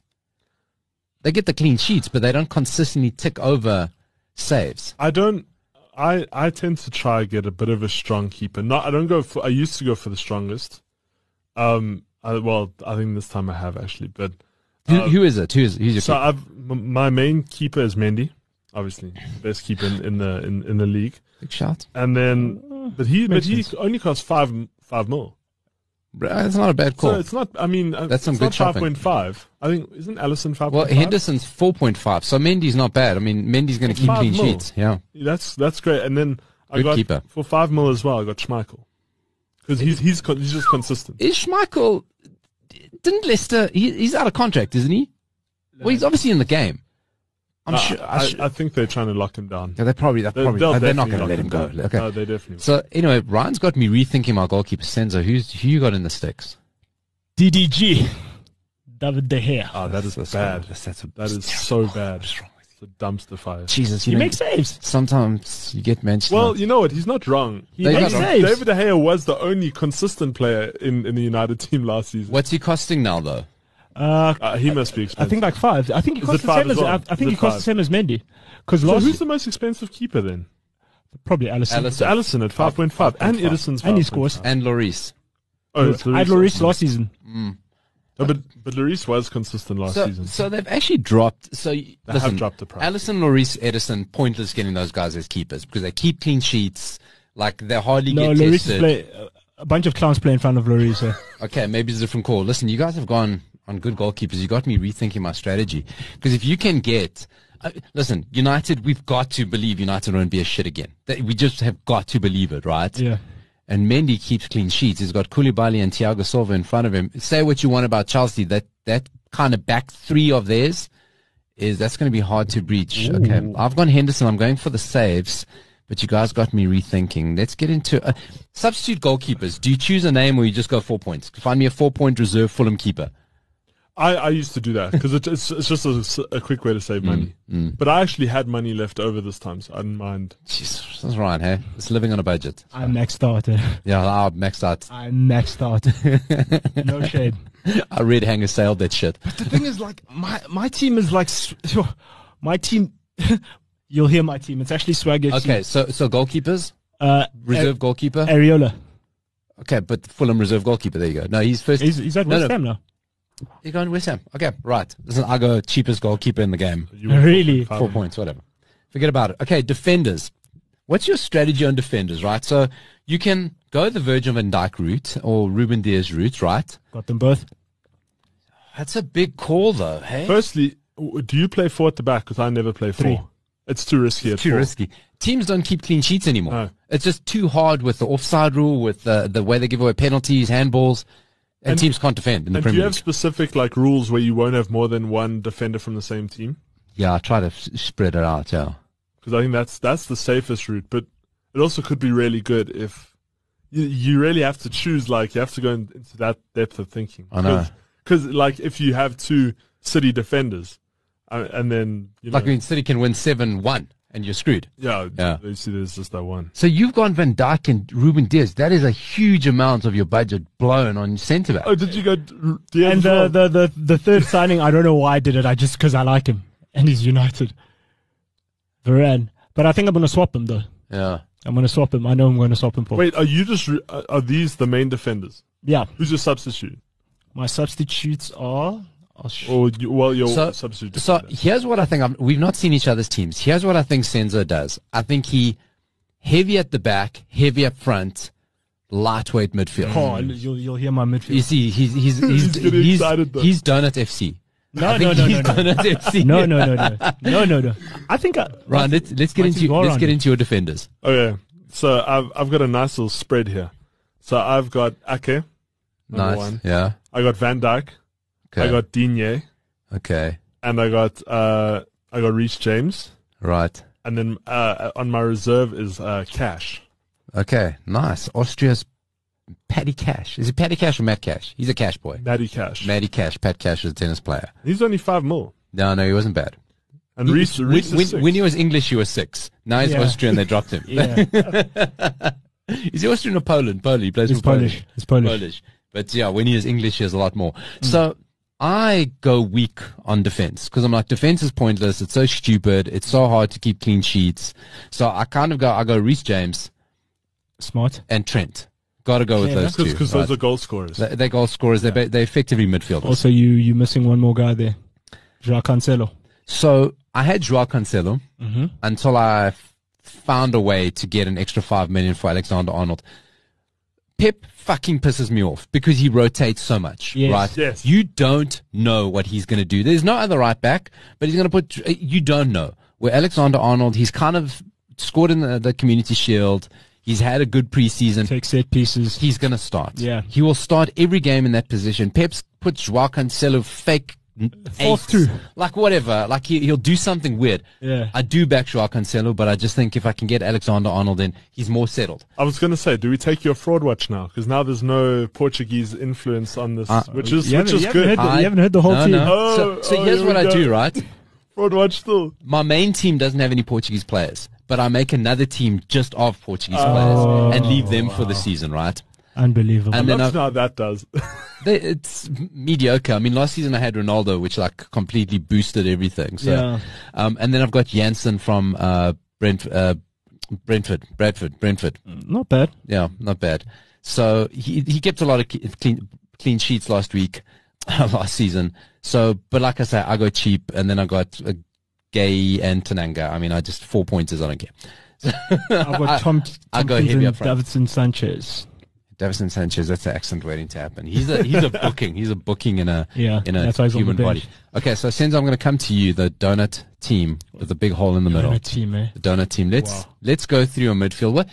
[SPEAKER 1] they get the clean sheets, but they don't consistently tick over saves.
[SPEAKER 2] I don't. I I tend to try get a bit of a strong keeper. Not I don't go. For, I used to go for the strongest. Um. I, well, I think this time I have actually, but
[SPEAKER 1] Who, who is it? Who is who's your
[SPEAKER 2] Uh, So
[SPEAKER 1] keeper?
[SPEAKER 2] I've, m- my main keeper is Mendy, obviously best keeper in, in the in, in the league.
[SPEAKER 1] Big shout?
[SPEAKER 2] And
[SPEAKER 1] Ah,
[SPEAKER 2] then, but he but
[SPEAKER 3] makes
[SPEAKER 2] he
[SPEAKER 3] sense.
[SPEAKER 2] only costs five five mil.
[SPEAKER 1] That's not a bad call.
[SPEAKER 2] So it's not. I mean, uh,
[SPEAKER 1] That's some
[SPEAKER 2] it's
[SPEAKER 1] good
[SPEAKER 2] not five
[SPEAKER 1] shopping.
[SPEAKER 2] point five. I think isn't Allison five
[SPEAKER 1] well,
[SPEAKER 2] point five?
[SPEAKER 1] Henderson's four point five, so Mendy's not bad. I mean, Mendy's going to
[SPEAKER 2] It's
[SPEAKER 1] keep
[SPEAKER 2] five
[SPEAKER 1] clean
[SPEAKER 2] mil.
[SPEAKER 1] sheets. Yeah,
[SPEAKER 2] That's that's great. And then I
[SPEAKER 1] Good
[SPEAKER 2] got
[SPEAKER 1] keeper.
[SPEAKER 2] for five mil as well. I got Schmeichel because he's he's con- he's just consistent.
[SPEAKER 1] is Schmeichel? Didn't Leicester? He, he's out of contract, isn't he? Well, he's obviously in the game. I'm
[SPEAKER 2] Uh,
[SPEAKER 1] sure. I,
[SPEAKER 2] I,
[SPEAKER 1] su-
[SPEAKER 2] I think they're trying to lock him down.
[SPEAKER 1] Yeah, they probably. They
[SPEAKER 2] They'll-
[SPEAKER 1] probably. Uh,
[SPEAKER 2] they'll
[SPEAKER 1] They're, not going to
[SPEAKER 2] definitely
[SPEAKER 1] let him go.
[SPEAKER 2] lock
[SPEAKER 1] Okay.
[SPEAKER 2] No, they definitely.
[SPEAKER 1] so anyway, Ryan's got me rethinking my goalkeeper Senzo. Who's who you got in the sticks?
[SPEAKER 3] DDG. David De Gea.
[SPEAKER 2] Oh, that is
[SPEAKER 1] That's-
[SPEAKER 2] bad.
[SPEAKER 1] that's- that's-
[SPEAKER 2] That is so bad.
[SPEAKER 1] What's wrong with you?
[SPEAKER 2] It's a dumpster fire.
[SPEAKER 1] Jesus,
[SPEAKER 3] He
[SPEAKER 1] you know,
[SPEAKER 3] makes saves.
[SPEAKER 1] sometimes you get Manchester.
[SPEAKER 2] Well, you know what? He's not wrong.
[SPEAKER 3] He
[SPEAKER 1] They
[SPEAKER 3] makes
[SPEAKER 1] got-
[SPEAKER 3] saves.
[SPEAKER 2] David De Gea was the only consistent player in, in the United team last season.
[SPEAKER 1] What's he costing now, though?
[SPEAKER 3] uh,
[SPEAKER 2] Uh, he must be
[SPEAKER 3] I
[SPEAKER 2] expensive.
[SPEAKER 3] think like five. I think he
[SPEAKER 2] Is
[SPEAKER 3] costs
[SPEAKER 2] it
[SPEAKER 3] the same
[SPEAKER 2] five
[SPEAKER 3] as,
[SPEAKER 2] as well?
[SPEAKER 3] I, I
[SPEAKER 2] Is
[SPEAKER 3] think he
[SPEAKER 2] it
[SPEAKER 3] costs the
[SPEAKER 2] five?
[SPEAKER 3] same as Mendy. Because
[SPEAKER 2] so
[SPEAKER 3] last
[SPEAKER 2] who's the most expensive keeper then?
[SPEAKER 3] probably Allison.
[SPEAKER 1] Allison.
[SPEAKER 2] So Allison at 5.5 and
[SPEAKER 1] 5.5.
[SPEAKER 2] Edison's 5.5.
[SPEAKER 3] And he scores.
[SPEAKER 1] And Lloris.
[SPEAKER 2] Oh, it's
[SPEAKER 3] I had Lloris last season.
[SPEAKER 2] No, but, but Lloris was consistent last
[SPEAKER 1] So,
[SPEAKER 2] season.
[SPEAKER 1] so they've actually dropped. So they
[SPEAKER 2] have dropped the price.
[SPEAKER 1] Allison, Lloris, Edison, pointless getting those guys as keepers because they keep clean sheets. Like they hardly
[SPEAKER 3] No,
[SPEAKER 1] get
[SPEAKER 3] Lloris is
[SPEAKER 1] tested.
[SPEAKER 3] play uh, a bunch of clowns play in front of Lloris. so.
[SPEAKER 1] Okay, maybe it's a different call. Listen, you guys have gone on good goalkeepers. You got me rethinking my strategy because if you can get, uh, listen, United, we've got to believe United won't be a shit again. That- We just have got to believe it, right?
[SPEAKER 3] Yeah.
[SPEAKER 1] And Mendy keeps clean sheets. He's got Koulibaly and Thiago Silva in front of him. Say what you want about Chelsea, that that kind of back three of theirs is that's going to be hard to breach.
[SPEAKER 3] Mm.
[SPEAKER 1] Okay, I've gone Henderson. I'm going for the saves, but you guys got me rethinking. Let's get into uh, substitute goalkeepers. Do you choose a name or you just go four points? Find me a four point reserve Fulham keeper.
[SPEAKER 2] I, I used to do that because it, it's, it's just a, a quick way to
[SPEAKER 1] Mm,
[SPEAKER 2] save money. But I actually had money left over this time, so I didn't mind.
[SPEAKER 1] Jeez, that's right, hey? It's living on a budget.
[SPEAKER 3] I'm maxed out. eh.
[SPEAKER 1] Yeah, I maxed out.
[SPEAKER 3] I'm maxed out. no shade.
[SPEAKER 1] I red hanger sailed that shit.
[SPEAKER 3] The thing is, like my my team is like s- my team. You'll hear my team. It's actually Swag FC.
[SPEAKER 1] Okay, so so goalkeepers,
[SPEAKER 3] Uh,
[SPEAKER 1] reserve goalkeeper.
[SPEAKER 3] Ariola.
[SPEAKER 1] Okay, but Fulham reserve goalkeeper. There you go. No, he's first.
[SPEAKER 3] He's, he's at
[SPEAKER 1] No,
[SPEAKER 3] West
[SPEAKER 1] no.
[SPEAKER 3] Ham now.
[SPEAKER 1] You're going West Ham. Okay, right. Listen, I go cheapest goalkeeper in the game.
[SPEAKER 2] You were
[SPEAKER 3] Really?
[SPEAKER 2] 4.5.
[SPEAKER 1] Four points, whatever. Forget about it. Okay, defenders. What's your strategy on defenders, right? So you can go the Virgil van Dijk route or Ruben Diaz route, right?
[SPEAKER 3] Got them both.
[SPEAKER 1] That's a big call, though. Hey,
[SPEAKER 2] Firstly, w- do you play four at the back? Because I never play four.
[SPEAKER 3] Three.
[SPEAKER 2] It's too risky at
[SPEAKER 1] too
[SPEAKER 2] four.
[SPEAKER 1] risky. Teams don't keep clean sheets anymore.
[SPEAKER 2] No.
[SPEAKER 1] It's just too hard with the offside rule, with the, the way they give away penalties, handballs, and, teams can't defend in the
[SPEAKER 2] And do
[SPEAKER 1] Premier
[SPEAKER 2] you
[SPEAKER 1] League.
[SPEAKER 2] have specific like rules where you won't have more than one defender from the same team?
[SPEAKER 1] Yeah, I try to s- spread it out. Yeah.
[SPEAKER 2] because I think that's that's the safest route. But it also could be really good if you, you really have to choose. Like you have to go in, into that depth of thinking.
[SPEAKER 1] I know.
[SPEAKER 2] Because like if you have two city defenders, uh, and then you know,
[SPEAKER 1] Like, I mean, City can win 7 1, and you're screwed.
[SPEAKER 2] yeah,
[SPEAKER 1] Yeah.
[SPEAKER 2] you see, there's just that one.
[SPEAKER 1] So you've gone Van Dijk and Ruben Diaz. That is a huge amount of your budget blown on centre back.
[SPEAKER 2] Oh, did you go? Yeah,
[SPEAKER 3] And the, the, the, the third signing, I don't know why I did it. I just because I like him and he's United. Varane. But I think I'm going to swap him though.
[SPEAKER 1] Yeah.
[SPEAKER 3] I'm going to swap him. I know I'm going to swap him for.
[SPEAKER 2] wait, are you just re- are are these the main defenders?
[SPEAKER 3] Yeah.
[SPEAKER 2] Who's your substitute?
[SPEAKER 3] My substitutes are. I'll sh-
[SPEAKER 2] Or you, well, your
[SPEAKER 1] So-
[SPEAKER 2] Oh, substitute.
[SPEAKER 1] So
[SPEAKER 2] defender.
[SPEAKER 1] here's what I think. I'm, we've not seen each other's teams. Here's what I think Senzo does. I think he heavy at the back, heavy up front, lightweight midfield.
[SPEAKER 3] Oh, you'll, you'll hear my
[SPEAKER 1] You
[SPEAKER 3] midfield.
[SPEAKER 1] see, Mm. he's he's he's
[SPEAKER 2] He's getting
[SPEAKER 1] he's,
[SPEAKER 2] excited, though.
[SPEAKER 1] he's done at FC.
[SPEAKER 3] No,
[SPEAKER 1] I think
[SPEAKER 3] no, no,
[SPEAKER 1] he's
[SPEAKER 3] no, no.
[SPEAKER 1] done at FC.
[SPEAKER 3] No, no, no, no, no, no, no. I think I,
[SPEAKER 1] Ryan, let's let's get
[SPEAKER 3] My
[SPEAKER 1] into
[SPEAKER 3] team's all
[SPEAKER 1] let's
[SPEAKER 3] round.
[SPEAKER 1] get into your defenders.
[SPEAKER 2] okay, Oh, so I've I've got a nice little spread here. So I've got Ake, number
[SPEAKER 1] nice.
[SPEAKER 2] one.
[SPEAKER 1] Yeah.
[SPEAKER 2] I got Van Dyke.
[SPEAKER 1] Okay.
[SPEAKER 2] I got Digne,
[SPEAKER 1] okay.
[SPEAKER 2] and I got uh, I got Reece James,
[SPEAKER 1] Right.
[SPEAKER 2] and then uh, on my reserve is uh, Cash.
[SPEAKER 1] Okay. Nice. Austria's Paddy Cash. Is it Paddy Cash or Matt Cash? He's a cash boy.
[SPEAKER 2] Matty Cash.
[SPEAKER 1] Matty Cash. Pat Cash is a tennis player.
[SPEAKER 2] He's only five mil,
[SPEAKER 1] No, no, he wasn't bad.
[SPEAKER 2] and Reece,
[SPEAKER 1] When-
[SPEAKER 2] Reece is
[SPEAKER 1] when,
[SPEAKER 2] six.
[SPEAKER 1] when he was English, you were six. Now he's
[SPEAKER 3] Yeah.
[SPEAKER 1] Austrian. They dropped him.
[SPEAKER 3] yeah,
[SPEAKER 1] Is he Austrian or Poland? Poland. He plays
[SPEAKER 3] it's
[SPEAKER 1] for Polish.
[SPEAKER 3] Polish. It's Polish.
[SPEAKER 1] Polish. But yeah, when he is English, he has a lot more. So I go weak on defense because I'm like, defense is pointless. It's so stupid. It's so hard to keep clean sheets. So I kind of go, I go Reese James
[SPEAKER 3] Smart.
[SPEAKER 1] and Trent. Got to go with
[SPEAKER 3] Yeah,
[SPEAKER 1] those two.
[SPEAKER 2] because
[SPEAKER 1] right?
[SPEAKER 2] those are goal scorers.
[SPEAKER 1] They- They're goal scorers. They're, ba- they're effectively midfielders.
[SPEAKER 3] Also, you you missing one more guy there, Joao Cancelo.
[SPEAKER 1] So I had Joao Cancelo
[SPEAKER 3] Mm-hmm.
[SPEAKER 1] until I f- found a way to get an extra five million for Alexander Arnold. Pep fucking pisses me off because he rotates so much,
[SPEAKER 3] Yes.
[SPEAKER 1] right?
[SPEAKER 2] Yes.
[SPEAKER 1] You don't know what he's going to do. There's no other right back, but he's going to put. You don't know. Where Alexander Arnold, he's kind of scored in the, the Community Shield. He's had a good preseason.
[SPEAKER 3] Take set pieces.
[SPEAKER 1] He's going to start.
[SPEAKER 3] Yeah.
[SPEAKER 1] He will start every game in that position. Pep's puts Joao Cancelo fake n-
[SPEAKER 3] Fourth
[SPEAKER 1] eights.
[SPEAKER 3] two.
[SPEAKER 1] Like whatever. Like he, he'll do something weird.
[SPEAKER 3] Yeah.
[SPEAKER 1] I do back Joao Cancelo, but I just think if I can get Alexander Arnold in, he's more settled.
[SPEAKER 2] I was going to say, do we take your fraud watch now? Because now there's no Portuguese influence on this,
[SPEAKER 1] Uh,
[SPEAKER 2] which is
[SPEAKER 3] you
[SPEAKER 2] which
[SPEAKER 3] haven't-
[SPEAKER 2] is
[SPEAKER 3] you haven't
[SPEAKER 2] good.
[SPEAKER 3] heard- you haven't heard the whole
[SPEAKER 1] no,
[SPEAKER 3] team.
[SPEAKER 1] No.
[SPEAKER 2] Oh,
[SPEAKER 1] so so
[SPEAKER 2] oh,
[SPEAKER 1] here's
[SPEAKER 2] here
[SPEAKER 1] what
[SPEAKER 2] we
[SPEAKER 1] I
[SPEAKER 2] go.
[SPEAKER 1] do, right?
[SPEAKER 2] Fraud watch still.
[SPEAKER 1] My main team doesn't have any Portuguese players, but I make another team just of Portuguese
[SPEAKER 3] Oh,
[SPEAKER 1] players and leave them for the season, right?
[SPEAKER 3] Unbelievable.
[SPEAKER 1] And
[SPEAKER 2] That's
[SPEAKER 1] then I've-
[SPEAKER 2] how that does.
[SPEAKER 1] They, it's m- mediocre. I mean, last season I had Ronaldo, which like completely boosted everything. So,
[SPEAKER 3] Yeah.
[SPEAKER 1] um, and then I've got Janssen from uh, Brent, uh, Brentford, Bradford, Brentford.
[SPEAKER 3] Not bad.
[SPEAKER 1] Yeah, not bad. So he he kept a lot of ke- clean clean sheets last week, last season. So, but like I say, I go cheap, and then I got uh, Gay and Tananga. I mean, I just four pointers. I don't care.
[SPEAKER 3] I've got Tom.
[SPEAKER 1] I go
[SPEAKER 3] Tompkins
[SPEAKER 1] heavy
[SPEAKER 3] and
[SPEAKER 1] up front.
[SPEAKER 3] Davidson Sanchez.
[SPEAKER 1] Davison Sanchez, that's an accident waiting to happen. He's a he's a booking. He's a booking in a
[SPEAKER 3] Yeah,
[SPEAKER 1] in a
[SPEAKER 3] that's why he's on the
[SPEAKER 1] human body.
[SPEAKER 3] bench.
[SPEAKER 1] Okay, so since I'm going to come to you, the donut team with the big hole in the middle,
[SPEAKER 3] What a team, eh?
[SPEAKER 1] the donut team. Let's
[SPEAKER 3] Wow.
[SPEAKER 1] let's go through your midfield. What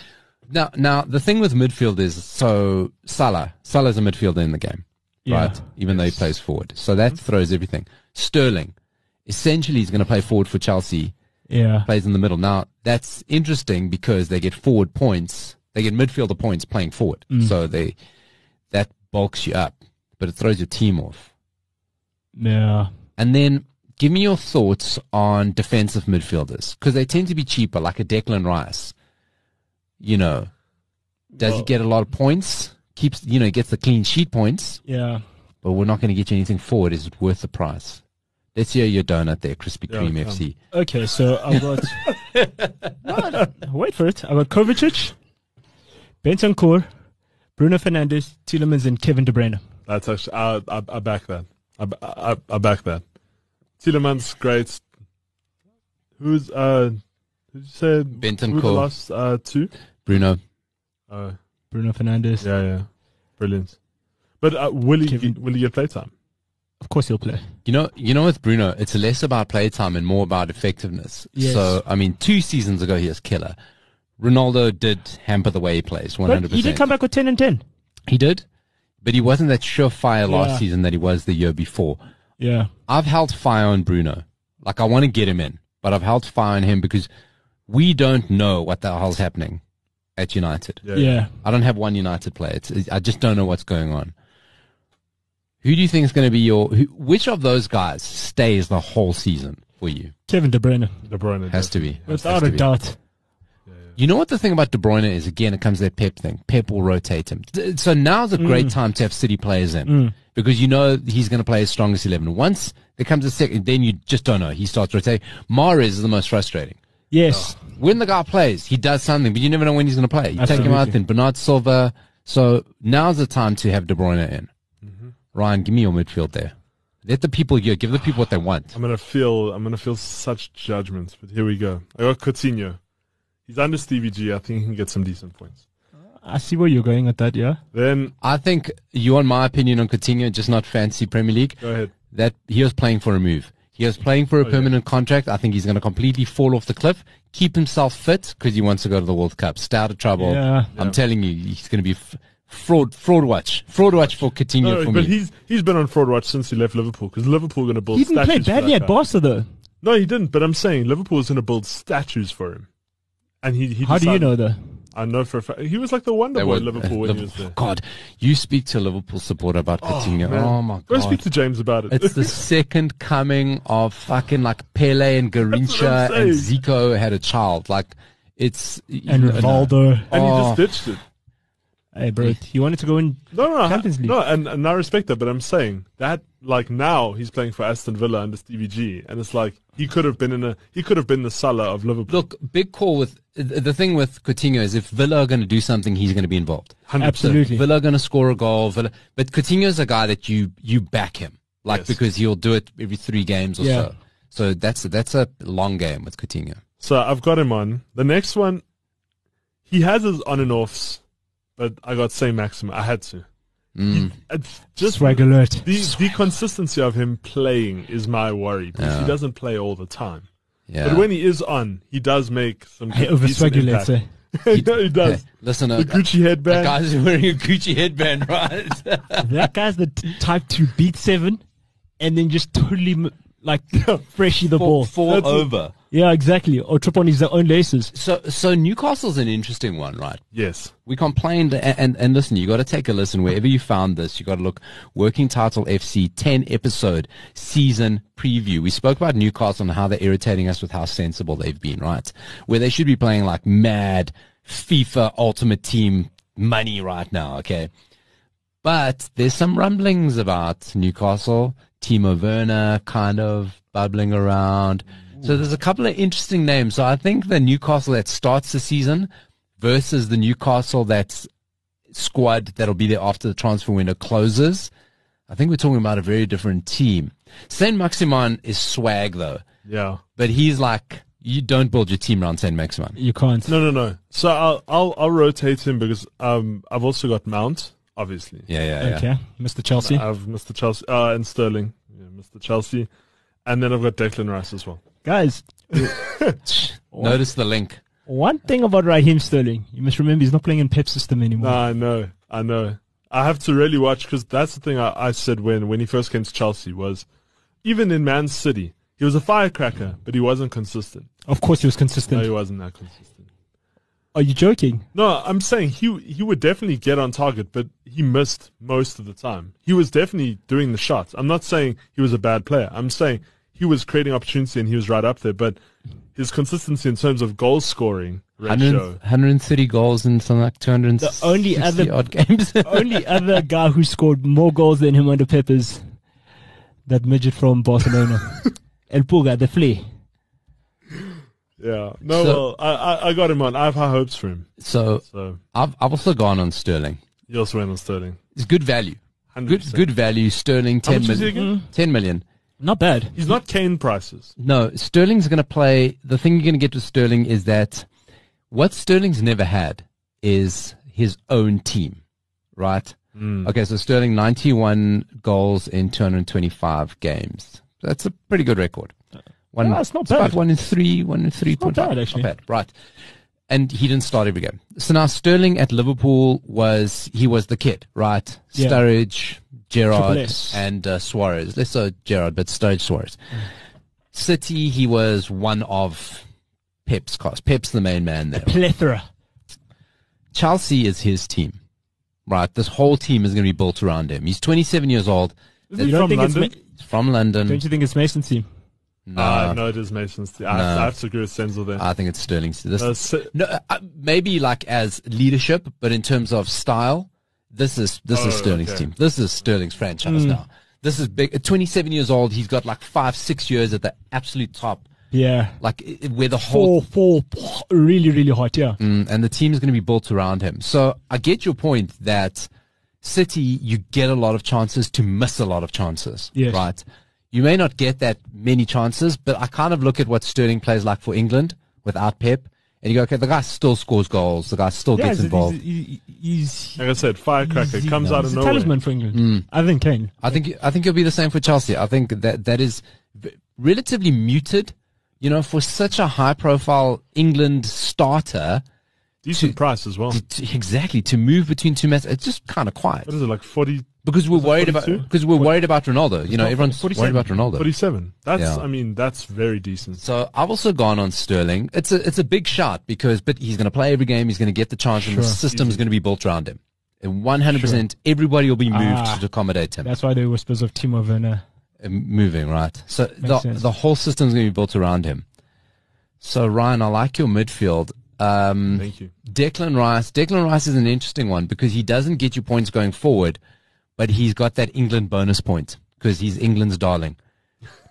[SPEAKER 1] now? Now the thing with midfield is so Salah Salah's a midfielder in the game,
[SPEAKER 3] Yeah. Mm-hmm.
[SPEAKER 1] right? Even though he plays forward, so that throws everything. Sterling essentially is going to play forward for Chelsea
[SPEAKER 3] Yeah.
[SPEAKER 1] plays in the middle. Now that's interesting because they get forward points, they get midfielder points playing forward,
[SPEAKER 3] Mm.
[SPEAKER 1] so they that bulks you up, but it throws your team off.
[SPEAKER 3] Yeah.
[SPEAKER 1] And then give me your thoughts on defensive midfielders because they tend to be cheaper, like a Declan Rice. You know, does he
[SPEAKER 2] Well-
[SPEAKER 1] get a lot of points? Keeps you know he gets the clean sheet points,
[SPEAKER 3] Yeah.
[SPEAKER 1] but we're not going to get you anything forward. Is it worth the price? Let's hear your donut there, Krispy
[SPEAKER 2] Yeah,
[SPEAKER 1] Kreme
[SPEAKER 2] come.
[SPEAKER 1] FC.
[SPEAKER 3] Okay, so I've got. No, wait for it. I've got Kovacic, Bentancur, Bruno Fernandes, Tielemans, and Kevin De Bruyne.
[SPEAKER 2] That's actually I, I, I back that. I, I, I back that. Tielemans great. Who's uh? Who did you say?
[SPEAKER 1] Benton
[SPEAKER 2] who were the
[SPEAKER 1] Cole,
[SPEAKER 2] last uh, two?
[SPEAKER 1] Bruno.
[SPEAKER 2] Uh,
[SPEAKER 3] Bruno Fernandes.
[SPEAKER 2] yeah, yeah, brilliant. But uh, will he
[SPEAKER 3] Kevin-
[SPEAKER 2] get, will he get playtime?
[SPEAKER 3] Of course he'll play.
[SPEAKER 1] You know, you know, with Bruno, it's less about playtime and more about effectiveness.
[SPEAKER 3] Yes.
[SPEAKER 1] So, I mean, two seasons ago, he was killer. Ronaldo did hamper the way he plays, one hundred
[SPEAKER 3] But he did
[SPEAKER 1] percent.
[SPEAKER 3] come back with 10 and 10.
[SPEAKER 1] He did, but he wasn't that surefire last
[SPEAKER 3] Yeah.
[SPEAKER 1] season that he was the year before.
[SPEAKER 3] Yeah.
[SPEAKER 1] I've held fire on Bruno. Like I want to get him in, but I've held fire on him because we don't know what the hell's happening at United.
[SPEAKER 2] Yeah.
[SPEAKER 3] yeah.
[SPEAKER 1] I don't have one United player. It's, I just don't know what's going on. Who do you think is going to be your? Who, which of those guys stays the whole season for you?
[SPEAKER 3] Kevin De Bruyne,
[SPEAKER 2] De Bruyne
[SPEAKER 1] Has to be. Has
[SPEAKER 3] without
[SPEAKER 1] to
[SPEAKER 3] a
[SPEAKER 1] be.
[SPEAKER 3] doubt.
[SPEAKER 1] You know what the thing about De Bruyne is? Again, it comes to that Pep thing. Pep will rotate him. D- So now's a great time to have City players in because you know he's going to play his strongest 11. Once there comes a second, then you just don't know. He starts rotating. Mares is the most frustrating.
[SPEAKER 3] Yes.
[SPEAKER 1] When the guy plays, he does something, but you never know when he's going to play. You take him out,
[SPEAKER 3] Absolutely.
[SPEAKER 1] then Bernard Silva. So now's the time to have De Bruyne in. Ryan, give me your midfield there. Let the people hear. Give the people what they want.
[SPEAKER 2] I'm gonna feel I'm gonna feel such judgments, but here we go. I got Coutinho. He's under Stevie G. I think he can get some decent points.
[SPEAKER 3] I see where you're going with that. Yeah.
[SPEAKER 2] Then
[SPEAKER 1] I think you want my opinion on Coutinho, just not fancy Premier League.
[SPEAKER 2] go ahead.
[SPEAKER 1] that he was playing for a move. He was playing for a
[SPEAKER 2] Oh, yeah.
[SPEAKER 1] permanent contract. I think he's going to completely fall off the cliff, keep himself fit because he wants to go to the World Cup. Stay out of trouble.
[SPEAKER 3] Yeah.
[SPEAKER 1] I'm telling you, he's going to be f- fraud, fraud watch, fraud watch for Coutinho
[SPEAKER 2] No,
[SPEAKER 1] for
[SPEAKER 2] Oh, but
[SPEAKER 1] me.
[SPEAKER 2] he's he's been on fraud watch since he left Liverpool because Liverpool are gonna build.
[SPEAKER 3] He didn't play
[SPEAKER 2] statues for
[SPEAKER 3] badly
[SPEAKER 2] that
[SPEAKER 3] at
[SPEAKER 2] guy.
[SPEAKER 3] Barca though.
[SPEAKER 2] No, he didn't. But I'm saying Liverpool is gonna build statues for him. And he, he
[SPEAKER 3] How do you
[SPEAKER 2] decided-
[SPEAKER 3] know though?
[SPEAKER 2] I know for a fact he was like the wonder
[SPEAKER 1] They
[SPEAKER 2] boy
[SPEAKER 1] were-
[SPEAKER 2] at Liverpool when he was there.
[SPEAKER 1] God, you speak to a Liverpool supporter about Coutinho.
[SPEAKER 2] man.
[SPEAKER 1] Oh my
[SPEAKER 2] Go
[SPEAKER 1] God.
[SPEAKER 2] speak to James about it.
[SPEAKER 1] It's the second coming of fucking like Pele and Garincha
[SPEAKER 2] saying.
[SPEAKER 1] and Zico had a child. Like it's
[SPEAKER 3] And
[SPEAKER 1] no, no.
[SPEAKER 3] Rivaldo.
[SPEAKER 2] and he
[SPEAKER 1] Oh.
[SPEAKER 2] just ditched it.
[SPEAKER 3] Hey, bro, he wanted to go in.
[SPEAKER 2] No, no, no,
[SPEAKER 3] Champions League.
[SPEAKER 2] no, and, and I respect that, but I'm saying that like now he's playing for Aston Villa under Stevie G, and it's like he could have been in a he could have been the Salah of Liverpool.
[SPEAKER 1] Look, big call with the thing with Coutinho is if Villa are going to do something, he's going to be involved.
[SPEAKER 2] 100%.
[SPEAKER 3] Absolutely.
[SPEAKER 1] Villa are going to score a goal. Villa, but Coutinho's a guy that you you back him, like
[SPEAKER 2] Yes.
[SPEAKER 1] because he'll do it every three games or
[SPEAKER 3] Yeah.
[SPEAKER 1] so. So that's that's a long game with Coutinho.
[SPEAKER 2] So I've got him on the next one. He has his on and offs, but I got Saint Maxim. I had to.
[SPEAKER 1] Mm.
[SPEAKER 2] It's
[SPEAKER 3] Just
[SPEAKER 2] just
[SPEAKER 3] swag alert.
[SPEAKER 2] the the consistency of him playing is my worry because
[SPEAKER 1] Yeah.
[SPEAKER 2] he doesn't play all the time.
[SPEAKER 1] Yeah,
[SPEAKER 2] But when he is on, he does make some.
[SPEAKER 3] Hey,
[SPEAKER 2] good-
[SPEAKER 3] over
[SPEAKER 2] decent
[SPEAKER 3] swagulate.
[SPEAKER 2] impact.
[SPEAKER 3] eh?
[SPEAKER 2] no, he does.
[SPEAKER 1] Hey, listen, uh,
[SPEAKER 2] The Gucci
[SPEAKER 1] that
[SPEAKER 2] headband.
[SPEAKER 1] guy's wearing a Gucci headband, right?
[SPEAKER 3] That guy's the t- type to beat seven, and then just totally m- like freshie the
[SPEAKER 1] fall
[SPEAKER 3] ball.
[SPEAKER 1] fall
[SPEAKER 2] That's-
[SPEAKER 1] over.
[SPEAKER 3] Yeah, exactly. Or trip on his own laces.
[SPEAKER 1] So so Newcastle's an interesting one, right?
[SPEAKER 2] Yes.
[SPEAKER 1] We complained, and, and, and listen, you got to take a listen wherever you found this. You got to look. Working Title FC 10 episode season preview. We spoke about Newcastle and how they're irritating us with how sensible they've been, right? Where they should be playing like mad FIFA Ultimate Team money right now, okay? But there's some rumblings about Newcastle, Timo Werner kind of bubbling around. So there's a couple of interesting names. So I think the Newcastle that starts the season versus the Newcastle that's squad that'll be there after the transfer window closes. I think we're talking about a very different team. Saint Maximan is swag though,
[SPEAKER 2] Yeah.
[SPEAKER 1] but he's like you don't build your team around Saint Maximan.
[SPEAKER 3] You can't.
[SPEAKER 2] No, no, no. So I'll I'll, I'll rotate him because um I've also got Mount, obviously.
[SPEAKER 1] Yeah, yeah, yeah.
[SPEAKER 3] Okay, Mr. Chelsea.
[SPEAKER 2] I've Mr. Chelsea uh, and Sterling, yeah, Mr. Chelsea, and then I've got Declan Rice as well.
[SPEAKER 3] Guys,
[SPEAKER 1] Notice the link.
[SPEAKER 3] one thing about Raheem Sterling, you must remember he's not playing in Pep system anymore.
[SPEAKER 2] No, I know, I know. I have to really watch because that's the thing I, I said when when he first came to Chelsea was, even in Man City, he was a firecracker, but he wasn't consistent.
[SPEAKER 3] Of course, he was
[SPEAKER 2] No,
[SPEAKER 3] consistent.
[SPEAKER 2] he wasn't that consistent.
[SPEAKER 3] Are you joking?
[SPEAKER 2] No, I'm saying he he would definitely get on target, but he missed most of the time. He was definitely doing the shots. I'm not saying he was a bad player. I'm saying he was creating opportunity and he was right up there, but his consistency in terms of goal scoring
[SPEAKER 1] 100,
[SPEAKER 2] ratio.
[SPEAKER 1] 130 goals in some like 200
[SPEAKER 3] The only other-
[SPEAKER 1] odd games.
[SPEAKER 3] Only other guy who scored more goals than him under Pep is that midget from Barcelona, El Pulga, the flea.
[SPEAKER 2] Yeah. No,
[SPEAKER 1] So-
[SPEAKER 2] well, I, I I got him on. I have high hopes for him.
[SPEAKER 1] so
[SPEAKER 2] So
[SPEAKER 1] I've I've also gone on Sterling.
[SPEAKER 2] you also went on Sterling.
[SPEAKER 1] It's good value.
[SPEAKER 2] 100%.
[SPEAKER 1] Good good value. Sterling
[SPEAKER 2] How
[SPEAKER 1] 10
[SPEAKER 2] much is he
[SPEAKER 1] million.
[SPEAKER 2] again?
[SPEAKER 1] 10 million.
[SPEAKER 3] Mm. Not bad.
[SPEAKER 2] He's not Kane prices.
[SPEAKER 1] No, Sterling's going to play. The thing you're going to get with Sterling is that what Sterling's never had is his own team, right?
[SPEAKER 3] Hmm.
[SPEAKER 1] Okay, so Sterling 91 goals in 225 games. That's a pretty good record. One,
[SPEAKER 3] Yeah, it's not
[SPEAKER 1] about
[SPEAKER 3] bad.
[SPEAKER 1] one in three, one in three point
[SPEAKER 3] bad,
[SPEAKER 1] five.
[SPEAKER 3] actually.
[SPEAKER 1] bad, right? And he didn't start every game. So now Sterling at Liverpool was he was the kid, right?
[SPEAKER 3] Yeah.
[SPEAKER 1] Sturridge, Gerrard,
[SPEAKER 3] S.
[SPEAKER 1] and uh, Suarez. Let's say Gerrard, but Sturridge, Suarez. City, he was one of Pep's cost. Pep's the main man there.
[SPEAKER 3] Plethora.
[SPEAKER 1] Chelsea is his team, right? This whole team is going to be built around him. He's 27 years old.
[SPEAKER 2] he
[SPEAKER 1] That's
[SPEAKER 2] from
[SPEAKER 3] it's
[SPEAKER 2] London?
[SPEAKER 3] Ma-
[SPEAKER 1] from London.
[SPEAKER 3] don't you think it's Mason's team?
[SPEAKER 1] No,
[SPEAKER 2] Ah, no, it is Mason's. I,
[SPEAKER 1] No.
[SPEAKER 2] I have to agree with Senzo there.
[SPEAKER 3] Ah.
[SPEAKER 1] I think it's Sterling. This,
[SPEAKER 2] Uh, Se-
[SPEAKER 1] no, uh, maybe like as leadership, but in terms of style, this is this is
[SPEAKER 2] Oh,
[SPEAKER 1] Sterling's
[SPEAKER 2] okay.
[SPEAKER 1] team. This is Sterling's franchise now. This is big. At 27 years old, he's got like five, six years at the absolute top,
[SPEAKER 3] Yeah.
[SPEAKER 1] like i- i- where the whole
[SPEAKER 3] Four, four, really, really hot. Yeah.
[SPEAKER 1] Mm, and the team is going to be built around him. So I get your point that City, you get a lot of chances to miss a lot of chances,
[SPEAKER 3] Yes.
[SPEAKER 1] right? You may not get that many chances, but I kind of look at what Sterling plays like for England without Pep, and you go, okay, the guy still scores goals, the guy still
[SPEAKER 3] yeah,
[SPEAKER 1] gets
[SPEAKER 3] he's-
[SPEAKER 1] involved.
[SPEAKER 3] He's, he's, he's,
[SPEAKER 2] like I said, firecracker
[SPEAKER 3] e-, Easy.
[SPEAKER 2] comes out of
[SPEAKER 3] he's a
[SPEAKER 2] nowhere.
[SPEAKER 3] talisman for England.
[SPEAKER 1] Mm.
[SPEAKER 3] I think Kane.
[SPEAKER 1] I think I think it'll be the same for Chelsea. I think that that is v- relatively muted, you know, for such a high-profile England starter.
[SPEAKER 2] Decent price as well.
[SPEAKER 1] to- exactly to move between two matches, it's just kind of quiet.
[SPEAKER 2] What is it like? 40,
[SPEAKER 1] Because we're worried about
[SPEAKER 2] 42?
[SPEAKER 1] because we're worried about Ronaldo. You know,
[SPEAKER 3] not
[SPEAKER 1] everyone's
[SPEAKER 3] 47.
[SPEAKER 1] worried about Ronaldo.
[SPEAKER 2] 47. That's.
[SPEAKER 1] Yeah.
[SPEAKER 2] I mean, that's very decent.
[SPEAKER 1] So I've also gone on Sterling. It's a it's a big shot because but he's going to play every game. He's going to get the chance, and the
[SPEAKER 3] Sure.
[SPEAKER 1] system's going to be built around him. And one hundred percent, everybody will be moved
[SPEAKER 3] Ah.
[SPEAKER 1] to accommodate him.
[SPEAKER 3] That's why there were whispers of Timo Werner.
[SPEAKER 1] Uh, Moving right, so the
[SPEAKER 3] sense.
[SPEAKER 1] the whole system's going to be built around him. So Ryan, I like your midfield. Um,
[SPEAKER 2] Thank you.
[SPEAKER 1] Declan Rice. Declan Rice is an interesting one because he doesn't get you points going forward, but he's got that England bonus point because he's England's darling.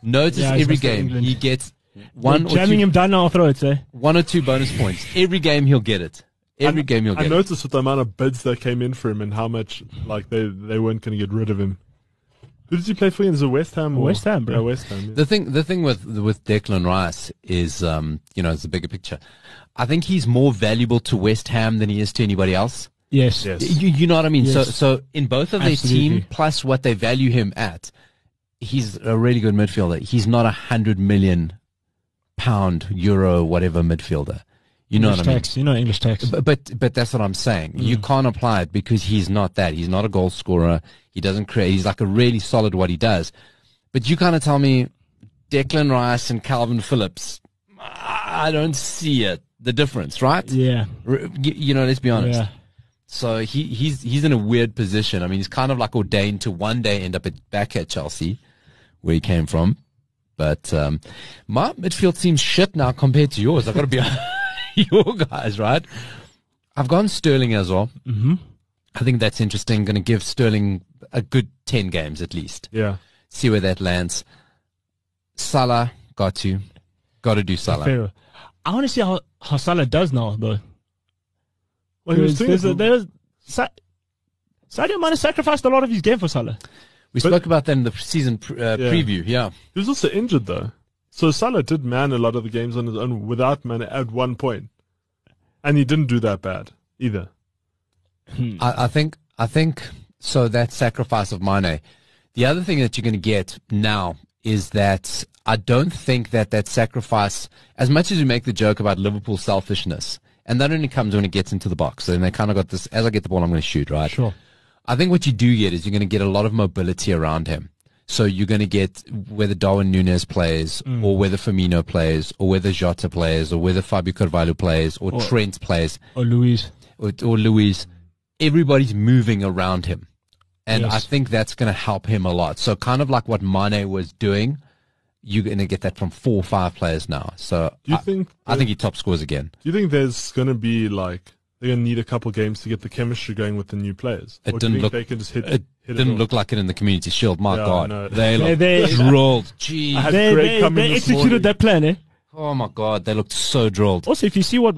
[SPEAKER 1] Notice
[SPEAKER 3] Yeah, he's
[SPEAKER 1] every
[SPEAKER 3] got the
[SPEAKER 1] game
[SPEAKER 3] England.
[SPEAKER 1] he gets one or,
[SPEAKER 3] jamming
[SPEAKER 1] two,
[SPEAKER 3] him down our throats, eh?
[SPEAKER 1] one or two bonus points. Every game he'll get it. Every
[SPEAKER 2] I-
[SPEAKER 1] game he'll
[SPEAKER 2] I
[SPEAKER 1] get it.
[SPEAKER 2] noticed with the amount of bids that came in for him and how much like they, they weren't going to get rid of him. Who did you play for? Is it West Ham? Or?
[SPEAKER 3] West Ham, bro.
[SPEAKER 2] Yeah, West Ham. yeah.
[SPEAKER 1] The thing, the thing with with Declan Rice is, um, you know, it's the bigger picture. I think he's more valuable to West Ham than he is to anybody else.
[SPEAKER 3] Yes.
[SPEAKER 2] Yes.
[SPEAKER 1] You, you know what I mean? So,
[SPEAKER 3] Yes.
[SPEAKER 1] so in both of their
[SPEAKER 3] Absolutely.
[SPEAKER 1] team, plus what they value him at, he's a really good midfielder. He's not a hundred million pound, euro, whatever midfielder. You know
[SPEAKER 3] English
[SPEAKER 1] what I mean?
[SPEAKER 3] tax. You know English tax.
[SPEAKER 1] But, but but that's what I'm saying.
[SPEAKER 3] Mm.
[SPEAKER 1] You can't apply it because he's not that. He's not a goal scorer. He doesn't create. He's like a really solid what he does. But you kind of tell me, Declan Rice and Calvin Phillips. I don't see it. The difference, right?
[SPEAKER 3] yeah.
[SPEAKER 1] R- y- You know, let's be honest.
[SPEAKER 3] Yeah.
[SPEAKER 1] So he, he's he's in a weird position. I mean, he's kind of like ordained to one day end up at, back at Chelsea, where he came from. But um, my midfield seems shit now compared to yours. I've got to be honest. your guys, right? I've gone Sterling as well. Mm-hmm. I think that's interesting. Going to give Sterling a good ten games at least.
[SPEAKER 2] Yeah.
[SPEAKER 1] See where that lands. Salah got to, got to do Salah.
[SPEAKER 3] Pharaoh. I want to see how, how Salah does now, though.
[SPEAKER 2] Well, he was doing
[SPEAKER 3] there's a,
[SPEAKER 2] it.
[SPEAKER 3] there's, Sa- Sadio Mane sacrificed a lot of his game for Salah.
[SPEAKER 1] We
[SPEAKER 2] But-
[SPEAKER 1] spoke about them in the season pr- uh,
[SPEAKER 2] Yeah.
[SPEAKER 1] preview. Yeah.
[SPEAKER 2] He was also injured though. So Salah did man a lot of the games on his own without man at one point, and he didn't do that bad either.
[SPEAKER 1] I, I think I think so that sacrifice of Mane. The other thing that you're going to get now is that I don't think that that sacrifice, as much as we make the joke about Liverpool selfishness, and that only comes when it gets into the box, and they kind of got this. As I get the ball, I'm going to shoot, right?
[SPEAKER 3] Sure.
[SPEAKER 1] I think what you do get is you're going to get a lot of mobility around him. So you're going to get whether Darwin Nunes plays, or whether Firmino plays, or whether Jota plays, or whether Fabio Carvalho plays, or
[SPEAKER 3] Or-
[SPEAKER 1] Trent plays
[SPEAKER 3] Or Oh, Luis.
[SPEAKER 1] or, or Louise, everybody's moving around him. And
[SPEAKER 3] Yes.
[SPEAKER 1] I think that's going to help him a lot. So kind of like what Mane was doing, you're going to get that from four or five players now. So
[SPEAKER 2] Do you
[SPEAKER 1] I,
[SPEAKER 2] think?
[SPEAKER 1] I think he top scores again.
[SPEAKER 2] Do you think there's going to be like they're going to need a couple games to get the chemistry going with the new players?
[SPEAKER 1] It
[SPEAKER 2] or do
[SPEAKER 1] didn't
[SPEAKER 2] you think
[SPEAKER 1] look-
[SPEAKER 2] they can just hit.
[SPEAKER 1] It
[SPEAKER 2] hit
[SPEAKER 1] didn't
[SPEAKER 2] all?
[SPEAKER 1] look like it in the Community Shield. My
[SPEAKER 2] Yeah, I know.
[SPEAKER 1] God, they
[SPEAKER 3] They-
[SPEAKER 1] looked
[SPEAKER 3] they-
[SPEAKER 1] drilled. Gee,
[SPEAKER 2] had
[SPEAKER 3] They,
[SPEAKER 2] Greg
[SPEAKER 3] they,
[SPEAKER 2] come in
[SPEAKER 3] they
[SPEAKER 2] this
[SPEAKER 3] executed
[SPEAKER 2] morning.
[SPEAKER 3] that plan, eh?
[SPEAKER 1] oh my God, they looked so drilled.
[SPEAKER 3] Also, if you see what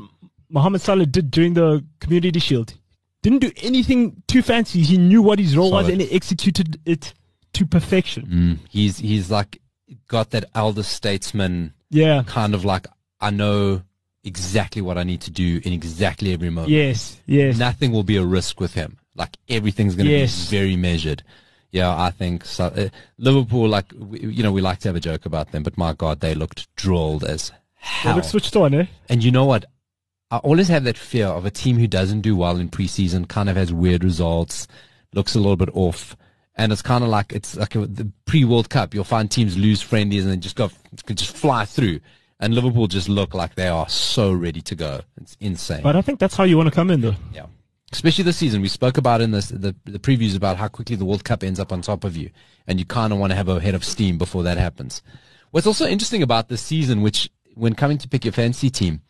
[SPEAKER 3] Mohamed Salah did during the Community Shield, didn't do anything too fancy. He knew what his role was
[SPEAKER 1] Solid.
[SPEAKER 3] and he executed it to perfection.
[SPEAKER 1] Mm, he's he's like got that elder statesman
[SPEAKER 3] Yeah.
[SPEAKER 1] kind of like I know exactly what I need to do in exactly every moment.
[SPEAKER 3] Yes. Yes.
[SPEAKER 1] nothing will be a risk with him. Like everything's going to
[SPEAKER 3] Yes.
[SPEAKER 1] be very measured. Yeah, I think so. Uh, Liverpool, like we, you know, we like to have a joke about them, but my God, they looked drilled as
[SPEAKER 3] They
[SPEAKER 1] hell.
[SPEAKER 3] look switched on, eh?
[SPEAKER 1] and you know what? I always have that fear of a team who doesn't do well in preseason, kind of has weird results, looks a little bit off, And it's kind of like it's like a, the pre-World Cup. You'll find teams lose friendlies and then just go could just fly through. And Liverpool just look like they are so ready to go. It's insane.
[SPEAKER 3] But I think that's how you want to come in, though.
[SPEAKER 1] Yeah. Especially this season, we spoke about in this, the the previews about how quickly the World Cup ends up on top of you, and you kind of want to have a head of steam before that happens. What's also interesting about this season, which when coming to pick your fancy team,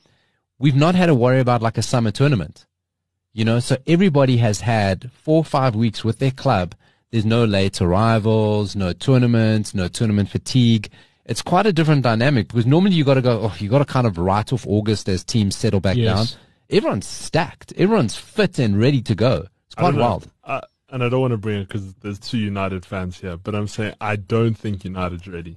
[SPEAKER 1] we've not had to worry about like a summer tournament, you know. So everybody has had four or five weeks with their club. There's no late arrivals, no tournaments, no tournament fatigue. It's quite a different dynamic because normally you got to go, oh, you got to kind of write off August as teams settle back
[SPEAKER 3] Yes.
[SPEAKER 1] down everyone's stacked. Everyone's fit and ready to go. It's
[SPEAKER 2] I
[SPEAKER 1] quite
[SPEAKER 2] don't know.
[SPEAKER 1] wild.
[SPEAKER 2] I- and I don't want to bring it because there's two United fans here, but I'm saying I don't think United's ready.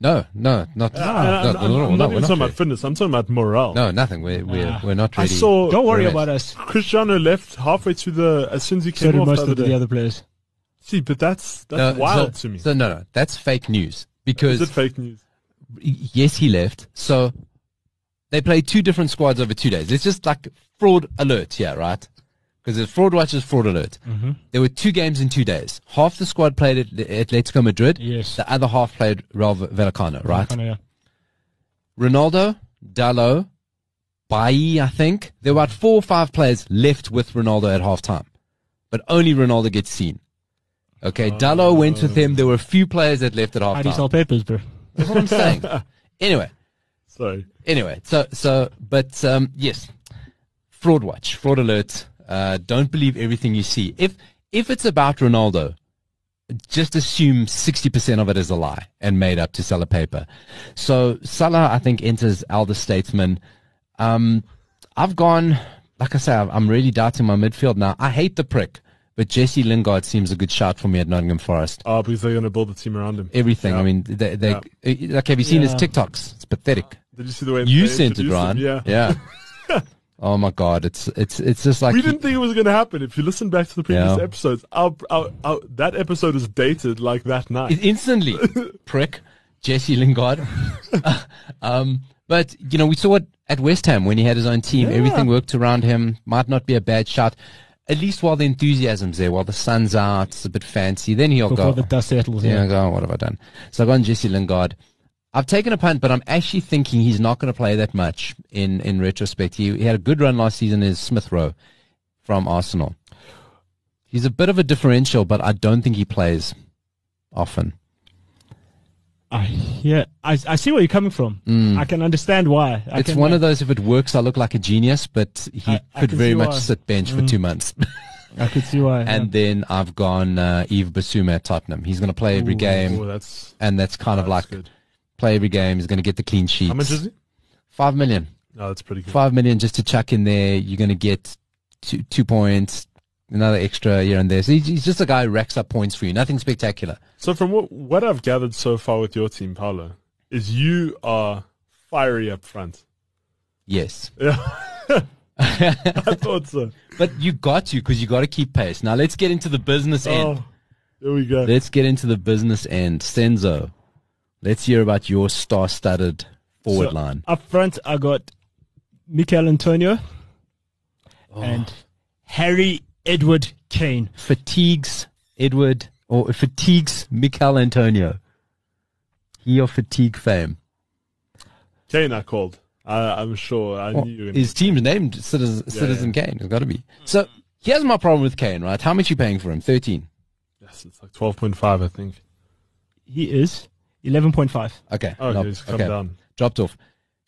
[SPEAKER 1] No, no, not, Ah, no,
[SPEAKER 2] And I'm-
[SPEAKER 1] not,
[SPEAKER 2] I'm,
[SPEAKER 1] no, no,
[SPEAKER 2] I'm not
[SPEAKER 1] we're
[SPEAKER 2] even talking
[SPEAKER 1] not
[SPEAKER 2] about
[SPEAKER 1] ready.
[SPEAKER 2] fitness. I'm talking about morale.
[SPEAKER 1] No, nothing. We're, we're,
[SPEAKER 3] Nah.
[SPEAKER 1] we're not
[SPEAKER 2] I
[SPEAKER 1] ready.
[SPEAKER 2] saw
[SPEAKER 3] Don't worry
[SPEAKER 1] Right.
[SPEAKER 3] about us.
[SPEAKER 2] Cristiano left halfway through the as soon as he
[SPEAKER 3] So
[SPEAKER 2] came
[SPEAKER 3] do
[SPEAKER 2] off
[SPEAKER 3] most
[SPEAKER 2] the other
[SPEAKER 3] of
[SPEAKER 2] day.
[SPEAKER 3] the other players.
[SPEAKER 2] See, but that's
[SPEAKER 1] No,
[SPEAKER 2] that's wild
[SPEAKER 1] so,
[SPEAKER 2] to me.
[SPEAKER 1] So, no, no, that's fake news
[SPEAKER 2] Is it
[SPEAKER 1] because,
[SPEAKER 2] fake news?
[SPEAKER 1] yes, he left. So they played two different squads over two days. It's just like fraud alert here, right? Because it's fraud watch is fraud alert. There were two games in two days. Half the squad played at Atletico Madrid.
[SPEAKER 3] Yes.
[SPEAKER 1] The other half played Real Vallecano, right?
[SPEAKER 3] Kinda, yeah.
[SPEAKER 1] Ronaldo, Dallo, Bailly, I think. There were about four or five players left with Ronaldo at halftime, but only Ronaldo gets seen. Okay, Dallo went with him. There were a few players that left at
[SPEAKER 3] How do you
[SPEAKER 1] halftime.
[SPEAKER 3] sell papers, bro?
[SPEAKER 1] That's what I'm saying. Anyway,
[SPEAKER 2] Sorry.
[SPEAKER 1] anyway, so so, but um, yes, fraud watch, fraud alert. Uh, don't believe everything you see. If if it's about Ronaldo, just assume sixty percent of it is a lie and made up to sell a paper. So Salah, I think, enters elder statesman. Um, I've gone, like I say, I've- I'm really doubting my midfield now. I hate the prick, but Jesse Lingard seems a good shot for me at Nottingham Forest.
[SPEAKER 2] Oh, because they're going to build a team around him.
[SPEAKER 1] Everything.
[SPEAKER 2] Yeah.
[SPEAKER 1] I mean, they, they, like, have you seen his
[SPEAKER 3] Yeah.
[SPEAKER 1] TikToks? It's pathetic.
[SPEAKER 2] Did you see the way
[SPEAKER 1] You
[SPEAKER 2] they
[SPEAKER 1] sent it,
[SPEAKER 2] introduced
[SPEAKER 1] Ryan.
[SPEAKER 2] him? Yeah.
[SPEAKER 1] oh my God, it's it's it's just like
[SPEAKER 2] We didn't think it was going to happen. If you listen back to the previous
[SPEAKER 1] Yeah.
[SPEAKER 2] episodes, our, our, our, that episode is dated like that night.
[SPEAKER 1] it instantly prick Jesse Lingard. um, but you know, we saw it at West Ham when he had his own team. Everything worked around him. Might not be a bad shot. At least while the enthusiasm's there, while the sun's out, it's a bit fancy. Then he'll
[SPEAKER 3] Before
[SPEAKER 1] go.
[SPEAKER 3] the dust settles.
[SPEAKER 1] Yeah, I
[SPEAKER 3] Yeah.
[SPEAKER 1] go, "Oh, what have I done? So I've gone Jesse Lingard. I've taken a punt, but I'm actually thinking he's not going to play that much in, in retrospect. He, he had a good run last season as Smith Rowe from Arsenal. He's a bit of a differential, but I don't think he plays often.
[SPEAKER 3] I, yeah. I, I see where you're coming from. I can understand why. I
[SPEAKER 1] Mm. Hmm. it's
[SPEAKER 3] can,
[SPEAKER 1] one of those, if it works, I look like a genius, but he
[SPEAKER 3] I- I
[SPEAKER 1] could
[SPEAKER 3] can
[SPEAKER 1] very
[SPEAKER 3] see
[SPEAKER 1] much
[SPEAKER 3] why.
[SPEAKER 1] sit bench for two months.
[SPEAKER 3] I could see why.
[SPEAKER 1] and then I've gone uh, Eve Basuma at Tottenham. He's going to play every
[SPEAKER 2] Ooh,
[SPEAKER 1] game,
[SPEAKER 2] oh, that's,
[SPEAKER 1] and that's kind of
[SPEAKER 2] that's
[SPEAKER 1] like
[SPEAKER 2] good.
[SPEAKER 1] play every game. He's going to get the clean sheets.
[SPEAKER 2] How much is it?
[SPEAKER 1] Five million.
[SPEAKER 2] No, that's pretty good.
[SPEAKER 1] five million just to chuck in there. You're going to get two, two points, another extra here and there. So he's, he's just a guy who racks up points for you. Nothing spectacular.
[SPEAKER 2] So, from what, what I've gathered so far with your team, Paolo, is you are fiery up front.
[SPEAKER 1] Yes,
[SPEAKER 2] Yeah. I thought so.
[SPEAKER 1] but you got to because you got to keep pace. Now let's get into the business end.
[SPEAKER 2] Oh, there we go.
[SPEAKER 1] Let's get into the business end. Senzo, let's hear about your star-studded forward
[SPEAKER 3] So,
[SPEAKER 1] line.
[SPEAKER 3] Up front, I got Mikel Antonio
[SPEAKER 1] Oh.
[SPEAKER 3] and Harry Edward Kane.
[SPEAKER 1] Fatigues Edward or fatigues Mikel Antonio. He of fatigue fame.
[SPEAKER 2] Kane, I called. I, I'm sure. I
[SPEAKER 1] Well,
[SPEAKER 2] knew you were gonna-
[SPEAKER 1] his team's named Citizen, Citizen Kane. It's got to be. So here's my problem with Kane, right? How much you paying for him? 13.
[SPEAKER 2] Yes, it's like 12.5, I think.
[SPEAKER 3] He is 11.5.
[SPEAKER 1] Okay.
[SPEAKER 2] Oh,
[SPEAKER 1] no,
[SPEAKER 2] okay, it's come down.
[SPEAKER 1] Dropped off.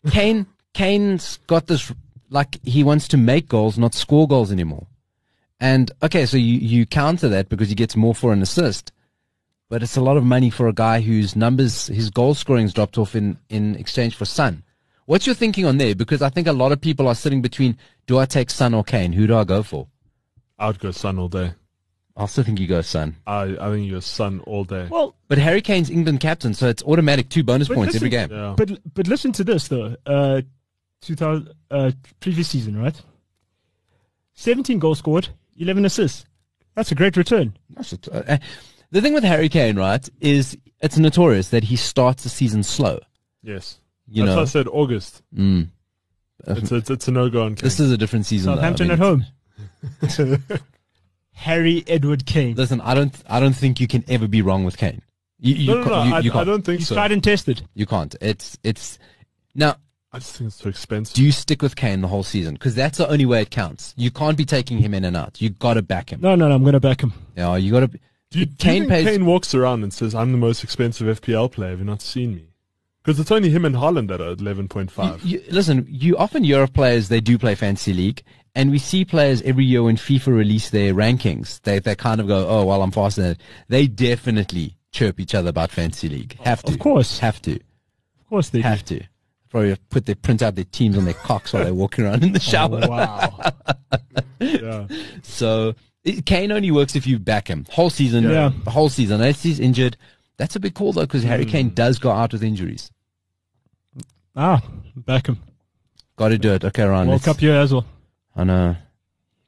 [SPEAKER 1] Kane, Kane's got this, like, he wants to make goals, not score goals anymore. And, okay, so you, you counter that because he gets more for an assist. But it's a lot of money for a guy whose numbers, his goal scoring's dropped off in, in exchange for Sun. What's your thinking on there? Because I think a lot of people are sitting between, do I take Sun or Kane? Who do I go for?
[SPEAKER 2] I would go Sun all day.
[SPEAKER 1] I still think you go Sun.
[SPEAKER 2] I, I think you go Sun all day.
[SPEAKER 3] Well,
[SPEAKER 1] But Harry Kane's England captain, so it's automatic two bonus
[SPEAKER 3] But
[SPEAKER 1] points
[SPEAKER 3] listen-
[SPEAKER 1] every game.
[SPEAKER 2] yeah.
[SPEAKER 3] but but listen to this though. Uh, 2000 uh, previous season, right? 17 goals scored, 11 assists. That's a great return.
[SPEAKER 1] That's it. Uh, uh, The thing with Harry Kane, right, is it's notorious that he starts the season slow.
[SPEAKER 2] yes.
[SPEAKER 1] You
[SPEAKER 2] That's why I
[SPEAKER 1] know,
[SPEAKER 2] said August.
[SPEAKER 1] Mm.
[SPEAKER 2] It's, it's, it's a no go on Kane.
[SPEAKER 1] this is a different season. though. I
[SPEAKER 3] Southampton
[SPEAKER 1] mean,
[SPEAKER 3] at home. Harry Edward Kane.
[SPEAKER 1] Listen, I don't, I don't think you can ever be wrong with Kane. You, you
[SPEAKER 2] No, no,
[SPEAKER 1] ca-
[SPEAKER 2] no.
[SPEAKER 1] you-
[SPEAKER 2] I,
[SPEAKER 1] you
[SPEAKER 2] I
[SPEAKER 1] can't.
[SPEAKER 2] don't think
[SPEAKER 3] He's
[SPEAKER 2] so.
[SPEAKER 3] tried and tested.
[SPEAKER 1] You can't. It's, it's. Now,
[SPEAKER 2] I just think it's too expensive.
[SPEAKER 1] do you stick with Kane the whole season? Because that's the only way it counts. You can't be taking him in and out. You got to back him.
[SPEAKER 3] No, no, no. I'm going to back him.
[SPEAKER 1] You, know, you got to.
[SPEAKER 2] Do you, do you
[SPEAKER 1] Kane
[SPEAKER 2] think
[SPEAKER 1] pays-
[SPEAKER 2] Kane walks around and says, "I'm the most expensive FPL player"? Have you not seen me? Because it's only him and Haaland that are at eleven point five.
[SPEAKER 1] You, listen, you often hear of players they do play fantasy league, and we see players every year when FIFA release their rankings. They they kind of go, oh well, I'm faster than it. They definitely chirp each other about fantasy league. Have to,
[SPEAKER 3] Of course.
[SPEAKER 1] have to,
[SPEAKER 3] Of course they do.
[SPEAKER 1] have to. Probably put their print out their teams on their cocks while they're walking around in the
[SPEAKER 3] Uh-huh.
[SPEAKER 1] shower.
[SPEAKER 3] wow.
[SPEAKER 2] yeah,
[SPEAKER 1] So it, Kane only works if you back him whole season.
[SPEAKER 3] Yeah. Hmm.
[SPEAKER 1] the whole season. Unless he's injured, that's a big call though, because Harry Kane does go out with injuries.
[SPEAKER 3] ah, back him.
[SPEAKER 1] Got to do it. Okay, Ryan.
[SPEAKER 3] World
[SPEAKER 1] let's-
[SPEAKER 3] Cup year as well.
[SPEAKER 1] I know.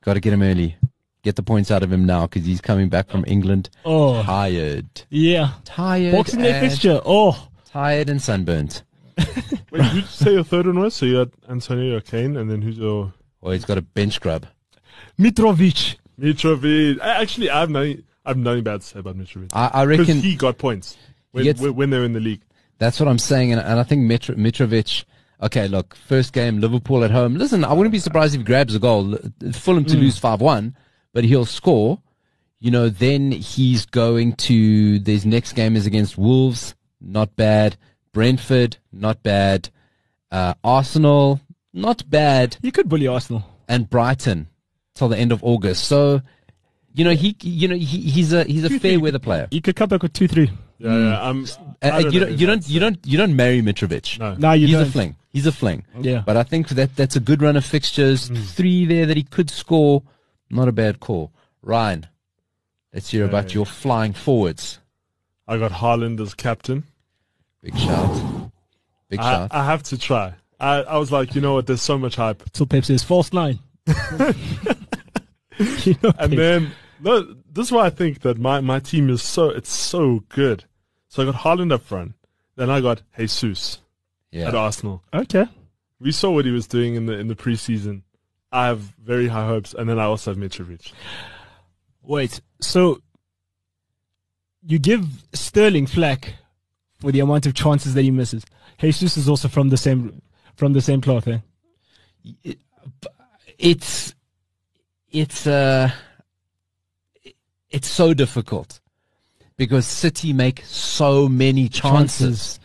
[SPEAKER 1] Got to get him early. Get the points out of him now because he's coming back from England
[SPEAKER 3] Oh,
[SPEAKER 1] tired.
[SPEAKER 3] yeah.
[SPEAKER 1] Tired.
[SPEAKER 3] Boxing Day
[SPEAKER 1] and-
[SPEAKER 3] fixture. Oh,
[SPEAKER 1] Tired and sunburnt.
[SPEAKER 2] Wait, who'd you say your third one was? So you had Antonio Kane, and then who's your
[SPEAKER 1] Or he's got a bench scrub.
[SPEAKER 3] Mitrovic.
[SPEAKER 2] Mitrovic? I, actually, I have nothing. I have nothing bad to say about Mitrovic
[SPEAKER 1] I, I
[SPEAKER 2] because
[SPEAKER 1] reckon
[SPEAKER 2] he got points when,
[SPEAKER 1] gets-
[SPEAKER 2] when, when they were in the league.
[SPEAKER 1] that's what I'm saying. And, and I think Mitro, Mitrovic. Okay, look, first game, Liverpool at home. Listen, I wouldn't be surprised if he grabs a goal. Fulham
[SPEAKER 2] Mm.
[SPEAKER 1] to lose 5 1, but he'll score. You know, then he's going to. His next game is against Wolves. Not bad. Brentford. Not bad. Uh, Arsenal. Not bad.
[SPEAKER 3] You could bully Arsenal.
[SPEAKER 1] and Brighton till the end of August. So, you know, he, you know, he, he's a he's a fair weather player.
[SPEAKER 3] You could come back with 2 3.
[SPEAKER 2] Yeah, yeah. I'm, I
[SPEAKER 1] Uh,
[SPEAKER 2] don't
[SPEAKER 1] you don't, you
[SPEAKER 2] know who that
[SPEAKER 1] don't, you don't, you don't marry Mitrovic.
[SPEAKER 2] No.
[SPEAKER 3] No, you
[SPEAKER 1] he's
[SPEAKER 3] don't.
[SPEAKER 1] a fling. He's a fling.
[SPEAKER 3] Yeah. Hmm.
[SPEAKER 1] But I think that that's a good run of fixtures. Three there that he could score. Not a bad call, Ryan. Let's hear about
[SPEAKER 2] Okay.
[SPEAKER 1] your flying forwards.
[SPEAKER 2] I got Haaland as captain.
[SPEAKER 1] Big shout. Big
[SPEAKER 2] I,
[SPEAKER 1] shout.
[SPEAKER 2] I have to try. I, I was like, you know what? There's so much hype,
[SPEAKER 3] So Pep says, false nine. you know,
[SPEAKER 2] and
[SPEAKER 3] Pep.
[SPEAKER 2] then no. This is why I think that my, my team is so it's so good. So I got Haaland up front. Then I got Jesus at
[SPEAKER 1] Yeah.
[SPEAKER 2] Arsenal.
[SPEAKER 3] okay.
[SPEAKER 2] We saw what he was doing in the in the preseason. I have very high hopes, and then I also have Mitrovic.
[SPEAKER 3] Wait. So you give Sterling flack for the amount of chances that he misses. Jesus is also from the same from the same cloth, eh?
[SPEAKER 1] It's it's uh it's so difficult because City make so many chances.
[SPEAKER 3] Chances.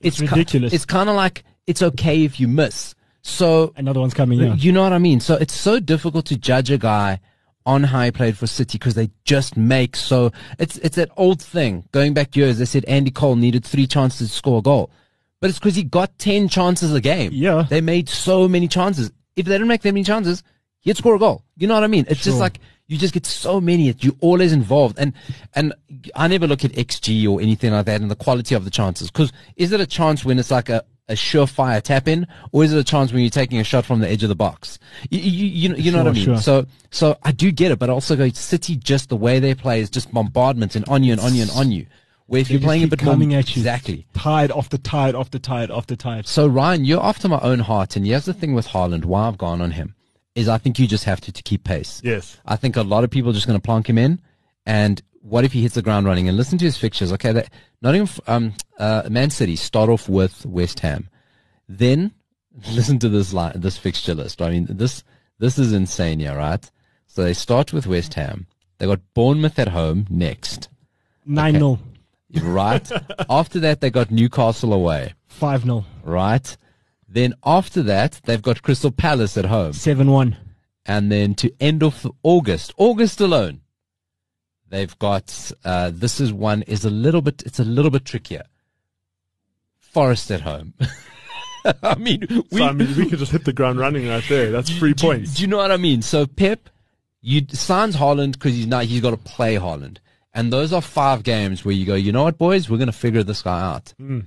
[SPEAKER 1] It's ki-
[SPEAKER 3] ridiculous.
[SPEAKER 1] it's kind of like it's okay if you miss. So
[SPEAKER 3] Another one's coming in.
[SPEAKER 1] you know what I mean. So it's so difficult to judge a guy on how he played for City because they just make so. It's it's that old thing going back years. They said Andy Cole needed three chances to score a goal, but it's because he got ten chances a game.
[SPEAKER 3] Yeah.
[SPEAKER 1] they made so many chances. If they didn't make that many chances, he'd score a goal. You know what I mean? It's just
[SPEAKER 3] Sure.
[SPEAKER 1] like you just get so many. You're always involved, and and I never look at xG or anything like that and the quality of the chances. Because is it a chance when it's like a a surefire tap in, or is it a chance when you're taking a shot from the edge of the box? You you, you, know- you know what I mean?
[SPEAKER 3] Sure, sure.
[SPEAKER 1] So so I do get it, but I also go City just the way they play is just bombardment and on you and on you and on you. Where if
[SPEAKER 3] They
[SPEAKER 1] you're
[SPEAKER 3] just
[SPEAKER 1] playing a
[SPEAKER 3] keep
[SPEAKER 1] bit
[SPEAKER 3] coming
[SPEAKER 1] more
[SPEAKER 3] at you.
[SPEAKER 1] exactly,
[SPEAKER 3] Tired after tired after tired after tired.
[SPEAKER 1] so Ryan, you're after my own heart, and here's the thing with Haaland, why I've gone on him, is I think you just have to to keep pace.
[SPEAKER 2] Yes,
[SPEAKER 1] I think a lot of people are just going to plonk him in, and what if he hits the ground running? And listen to his fixtures. Okay, that Nottingham, um, uh, Man City start off with West Ham, then listen to this line, this fixture list. I mean, this this is insane, yeah, right? So they start with West Ham. They got Bournemouth at home next,
[SPEAKER 3] Nine 0
[SPEAKER 1] right? After that, they got Newcastle away
[SPEAKER 3] five 0
[SPEAKER 1] right? Then after that, they've got Crystal Palace at home.
[SPEAKER 3] seven one.
[SPEAKER 1] And then to end off August, August alone, they've got, uh, this is one is a little bit, it's a little bit trickier. Forest at home. I mean, we,
[SPEAKER 2] so I mean we could just hit the ground running right there. That's three
[SPEAKER 1] do,
[SPEAKER 2] points.
[SPEAKER 1] do you know what I mean? So Pep, you signs Haaland because he's now he's got to play Haaland, and those are five games where you go, you know what, boys, we're gonna figure this guy out.
[SPEAKER 2] Hmm.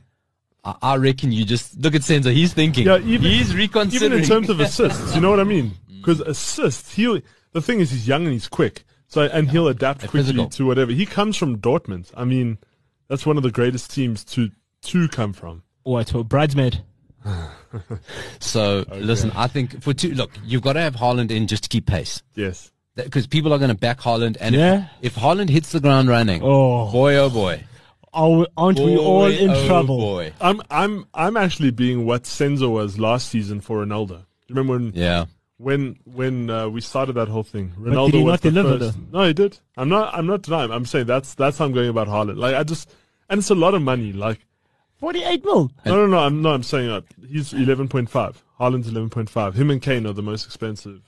[SPEAKER 1] I, I reckon you just look at Senzo. He's thinking.
[SPEAKER 2] Yeah, even-
[SPEAKER 1] he's reconsidering.
[SPEAKER 2] Even in terms of assists, you know what I mean?
[SPEAKER 3] Mm.
[SPEAKER 2] Because assists, he the thing is he's young and he's quick, so and he'll adapt
[SPEAKER 1] they're
[SPEAKER 2] quickly
[SPEAKER 1] physical.
[SPEAKER 2] to whatever. He comes from Dortmund. I mean, that's one of the greatest teams to to come from.
[SPEAKER 3] Or it's a bridesmaid.
[SPEAKER 1] so listen, I think for two, look, you've got to have Haaland in just to keep pace.
[SPEAKER 2] Yes,
[SPEAKER 1] because people are going to back Holland, and
[SPEAKER 3] Yeah.
[SPEAKER 1] if, if Holland hits the ground running,
[SPEAKER 3] Oh.
[SPEAKER 1] boy, oh boy,
[SPEAKER 3] Are, we- aren't we all
[SPEAKER 1] Boy,
[SPEAKER 3] in
[SPEAKER 1] oh
[SPEAKER 3] trouble?
[SPEAKER 1] Boy.
[SPEAKER 2] I'm I'm I'm actually being what Senzo was last season for Ronaldo. Do you remember when
[SPEAKER 1] Yeah,
[SPEAKER 2] when when uh, we started that whole thing? Ronaldo
[SPEAKER 3] did he
[SPEAKER 2] was
[SPEAKER 3] not
[SPEAKER 2] the
[SPEAKER 3] deliver
[SPEAKER 2] first- No, he did. I'm not I'm not denying. I'm saying that's that's how I'm going about Haaland. Like I just and it's a lot of money. Like
[SPEAKER 3] 48 mil.
[SPEAKER 2] no no no I'm no I'm saying that he's 11.5. Haaland's 11.5. Him and Kane are the most expensive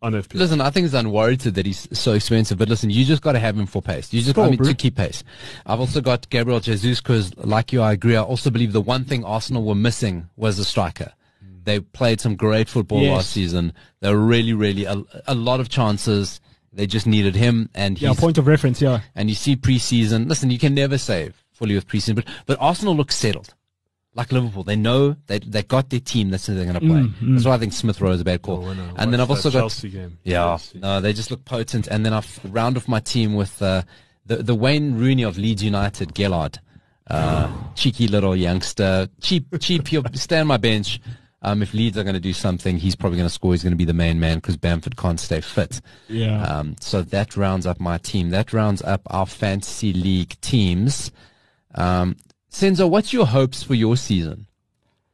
[SPEAKER 2] on FPL.
[SPEAKER 1] listen, I think it's unwarranted that he's so expensive, but listen, you just got to have him for pace. You just
[SPEAKER 3] Sure,
[SPEAKER 1] got I mean,
[SPEAKER 3] bro.
[SPEAKER 1] to keep pace. I've also got Gabriel Jesus because, like you, I agree. I also believe the one thing Arsenal were missing was a striker. They played some great football
[SPEAKER 3] Yes.
[SPEAKER 1] last season. They were really, really a, a lot of chances. They just needed him, and
[SPEAKER 3] Yeah,
[SPEAKER 1] he's
[SPEAKER 3] point of reference, yeah.
[SPEAKER 1] and you see preseason. Listen, you can never save fully with preseason, but but Arsenal look settled, like Liverpool. They know they they got their team. That's who they're going to play. That's why I think Smith Rowe is a bad call.
[SPEAKER 2] Oh, when I
[SPEAKER 1] and then I've
[SPEAKER 2] watched
[SPEAKER 1] also
[SPEAKER 2] that
[SPEAKER 1] got
[SPEAKER 2] Chelsea game.
[SPEAKER 1] yeah,
[SPEAKER 2] Yes.
[SPEAKER 1] no, they just look potent. And then I've round off my team with uh, the the Wayne Rooney of Leeds United, Gellard, uh, cheeky little youngster, cheap cheap. He'll stay on my bench. Um, if Leeds are going to do something, he's probably going to score. He's going to be the main man because Bamford can't stay fit.
[SPEAKER 3] Yeah.
[SPEAKER 1] Um, so that rounds up my team. That rounds up our fantasy league teams. Um, Senzo, what's your hopes for your season?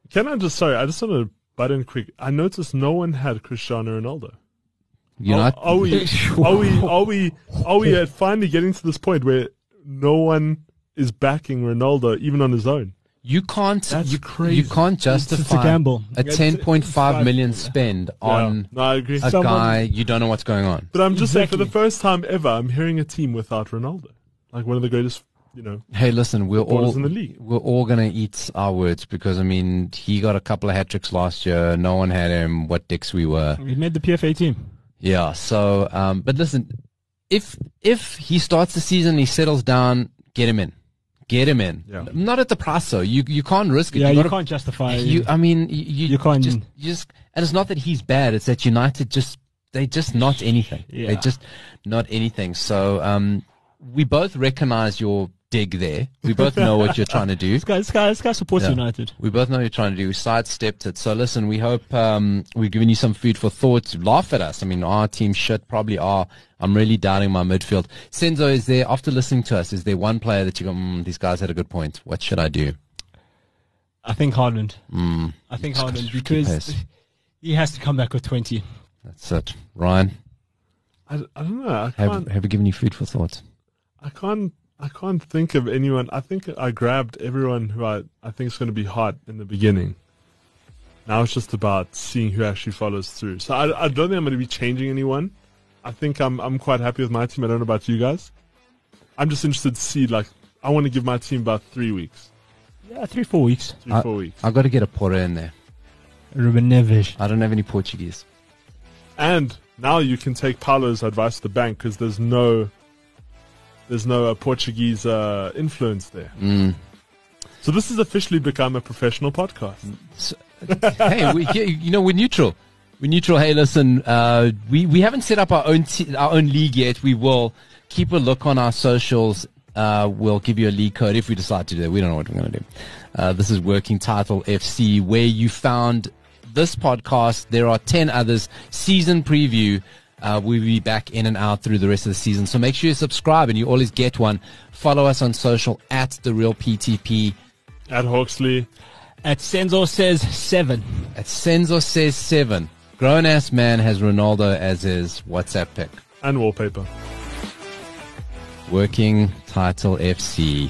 [SPEAKER 2] Can I just sorry? I just want to butt in quick. I noticed no one had Cristiano Ronaldo.
[SPEAKER 1] You know,
[SPEAKER 2] Are, are we? Are we? Are we? Are we at finally getting to this point where no one is backing Ronaldo even on his own?
[SPEAKER 1] you can't.
[SPEAKER 2] That's
[SPEAKER 1] you,
[SPEAKER 2] crazy.
[SPEAKER 1] You can't
[SPEAKER 3] it's a
[SPEAKER 1] justify
[SPEAKER 3] gamble.
[SPEAKER 1] a
[SPEAKER 2] it's-
[SPEAKER 1] ten point
[SPEAKER 2] it's
[SPEAKER 1] five
[SPEAKER 2] like-
[SPEAKER 1] million spend
[SPEAKER 2] Yeah.
[SPEAKER 1] on
[SPEAKER 2] no, I agree.
[SPEAKER 1] a
[SPEAKER 3] Someone-
[SPEAKER 1] guy you don't know what's going on.
[SPEAKER 2] but I'm just saying, for the
[SPEAKER 3] Exactly.
[SPEAKER 2] first time ever, I'm hearing a team without Ronaldo, like one of the greatest. You know,
[SPEAKER 1] Hey, listen, we're all
[SPEAKER 2] Ballers in the league.
[SPEAKER 1] we're all gonna eat our words because I mean he got a couple of hat tricks last year. No one had him. What dicks we were.
[SPEAKER 3] We made the PFA team.
[SPEAKER 1] Yeah. So, um, but listen, if if he starts the season, he settles down, get him in, get him in.
[SPEAKER 2] Yeah.
[SPEAKER 1] Not at the price though. You you can't risk it.
[SPEAKER 3] Yeah, you,
[SPEAKER 1] gotta-
[SPEAKER 3] can't justify
[SPEAKER 1] You, uh, I mean, you, you,
[SPEAKER 3] You can't-
[SPEAKER 1] just you just, and it's not that he's bad. It's that United just they just not anything. They
[SPEAKER 3] Yeah.
[SPEAKER 1] just not anything. So, um, we both recognize your dig there. We both know what you're trying to do.
[SPEAKER 3] This guy, this guy, this guy supports
[SPEAKER 1] Yeah.
[SPEAKER 3] United.
[SPEAKER 1] We both know what you're trying to do. We sidestepped it. So listen, we hope um, we've given you some food for thought. Laugh at us. I mean, our team shit probably are. I'm really doubting my midfield. Senzo, is there, after listening to us, is there one player that you go, mm, these guys had a good point. What should I do?
[SPEAKER 3] I think Haaland. I think Haaland because
[SPEAKER 1] pace.
[SPEAKER 3] he has to come back with 20.
[SPEAKER 1] That's it. Ryan,
[SPEAKER 2] I, I don't know. I
[SPEAKER 1] have,
[SPEAKER 2] can't.
[SPEAKER 1] have we given you food for thought?
[SPEAKER 2] I can't. I can't think of anyone. I think I grabbed everyone who I, I think is going to be hot in the beginning. Now it's just about seeing who actually follows through. So I, I don't think I'm going to be changing anyone. I think I'm I'm quite happy with my team. I don't know about you guys. I'm just interested to see like I want to give my team about three weeks,
[SPEAKER 3] Yeah, three, four weeks.
[SPEAKER 2] three
[SPEAKER 1] Uh,
[SPEAKER 2] four weeks,
[SPEAKER 1] I've got to get a Porra in there.
[SPEAKER 3] Ruben Neves.
[SPEAKER 1] I don't have any Portuguese.
[SPEAKER 2] and now you can take Paulo's advice to the bank because there's no there's no uh, Portuguese uh, influence there.
[SPEAKER 1] Mm.
[SPEAKER 2] So this has officially become a professional podcast.
[SPEAKER 1] So, hey, we, you- you know, we're neutral. We're neutral. Hey, listen, uh, we, we haven't set up our own, t- our own league yet. We will keep a look on our socials. Uh, we'll give you a league code if we decide to do that. We don't know what we're going to do. Uh, this is Working Title FC, where you found this podcast. There are 10 others. Season preview. Uh, we'll be back in and out through the rest of the season. So make sure you subscribe and you always get one. Follow us on social at The Real PTP.
[SPEAKER 2] At Hawksley.
[SPEAKER 3] At Senzo says seven.
[SPEAKER 1] At Senzo says seven. Grown ass man has Ronaldo as his WhatsApp pick.
[SPEAKER 2] and wallpaper.
[SPEAKER 1] Working title FC.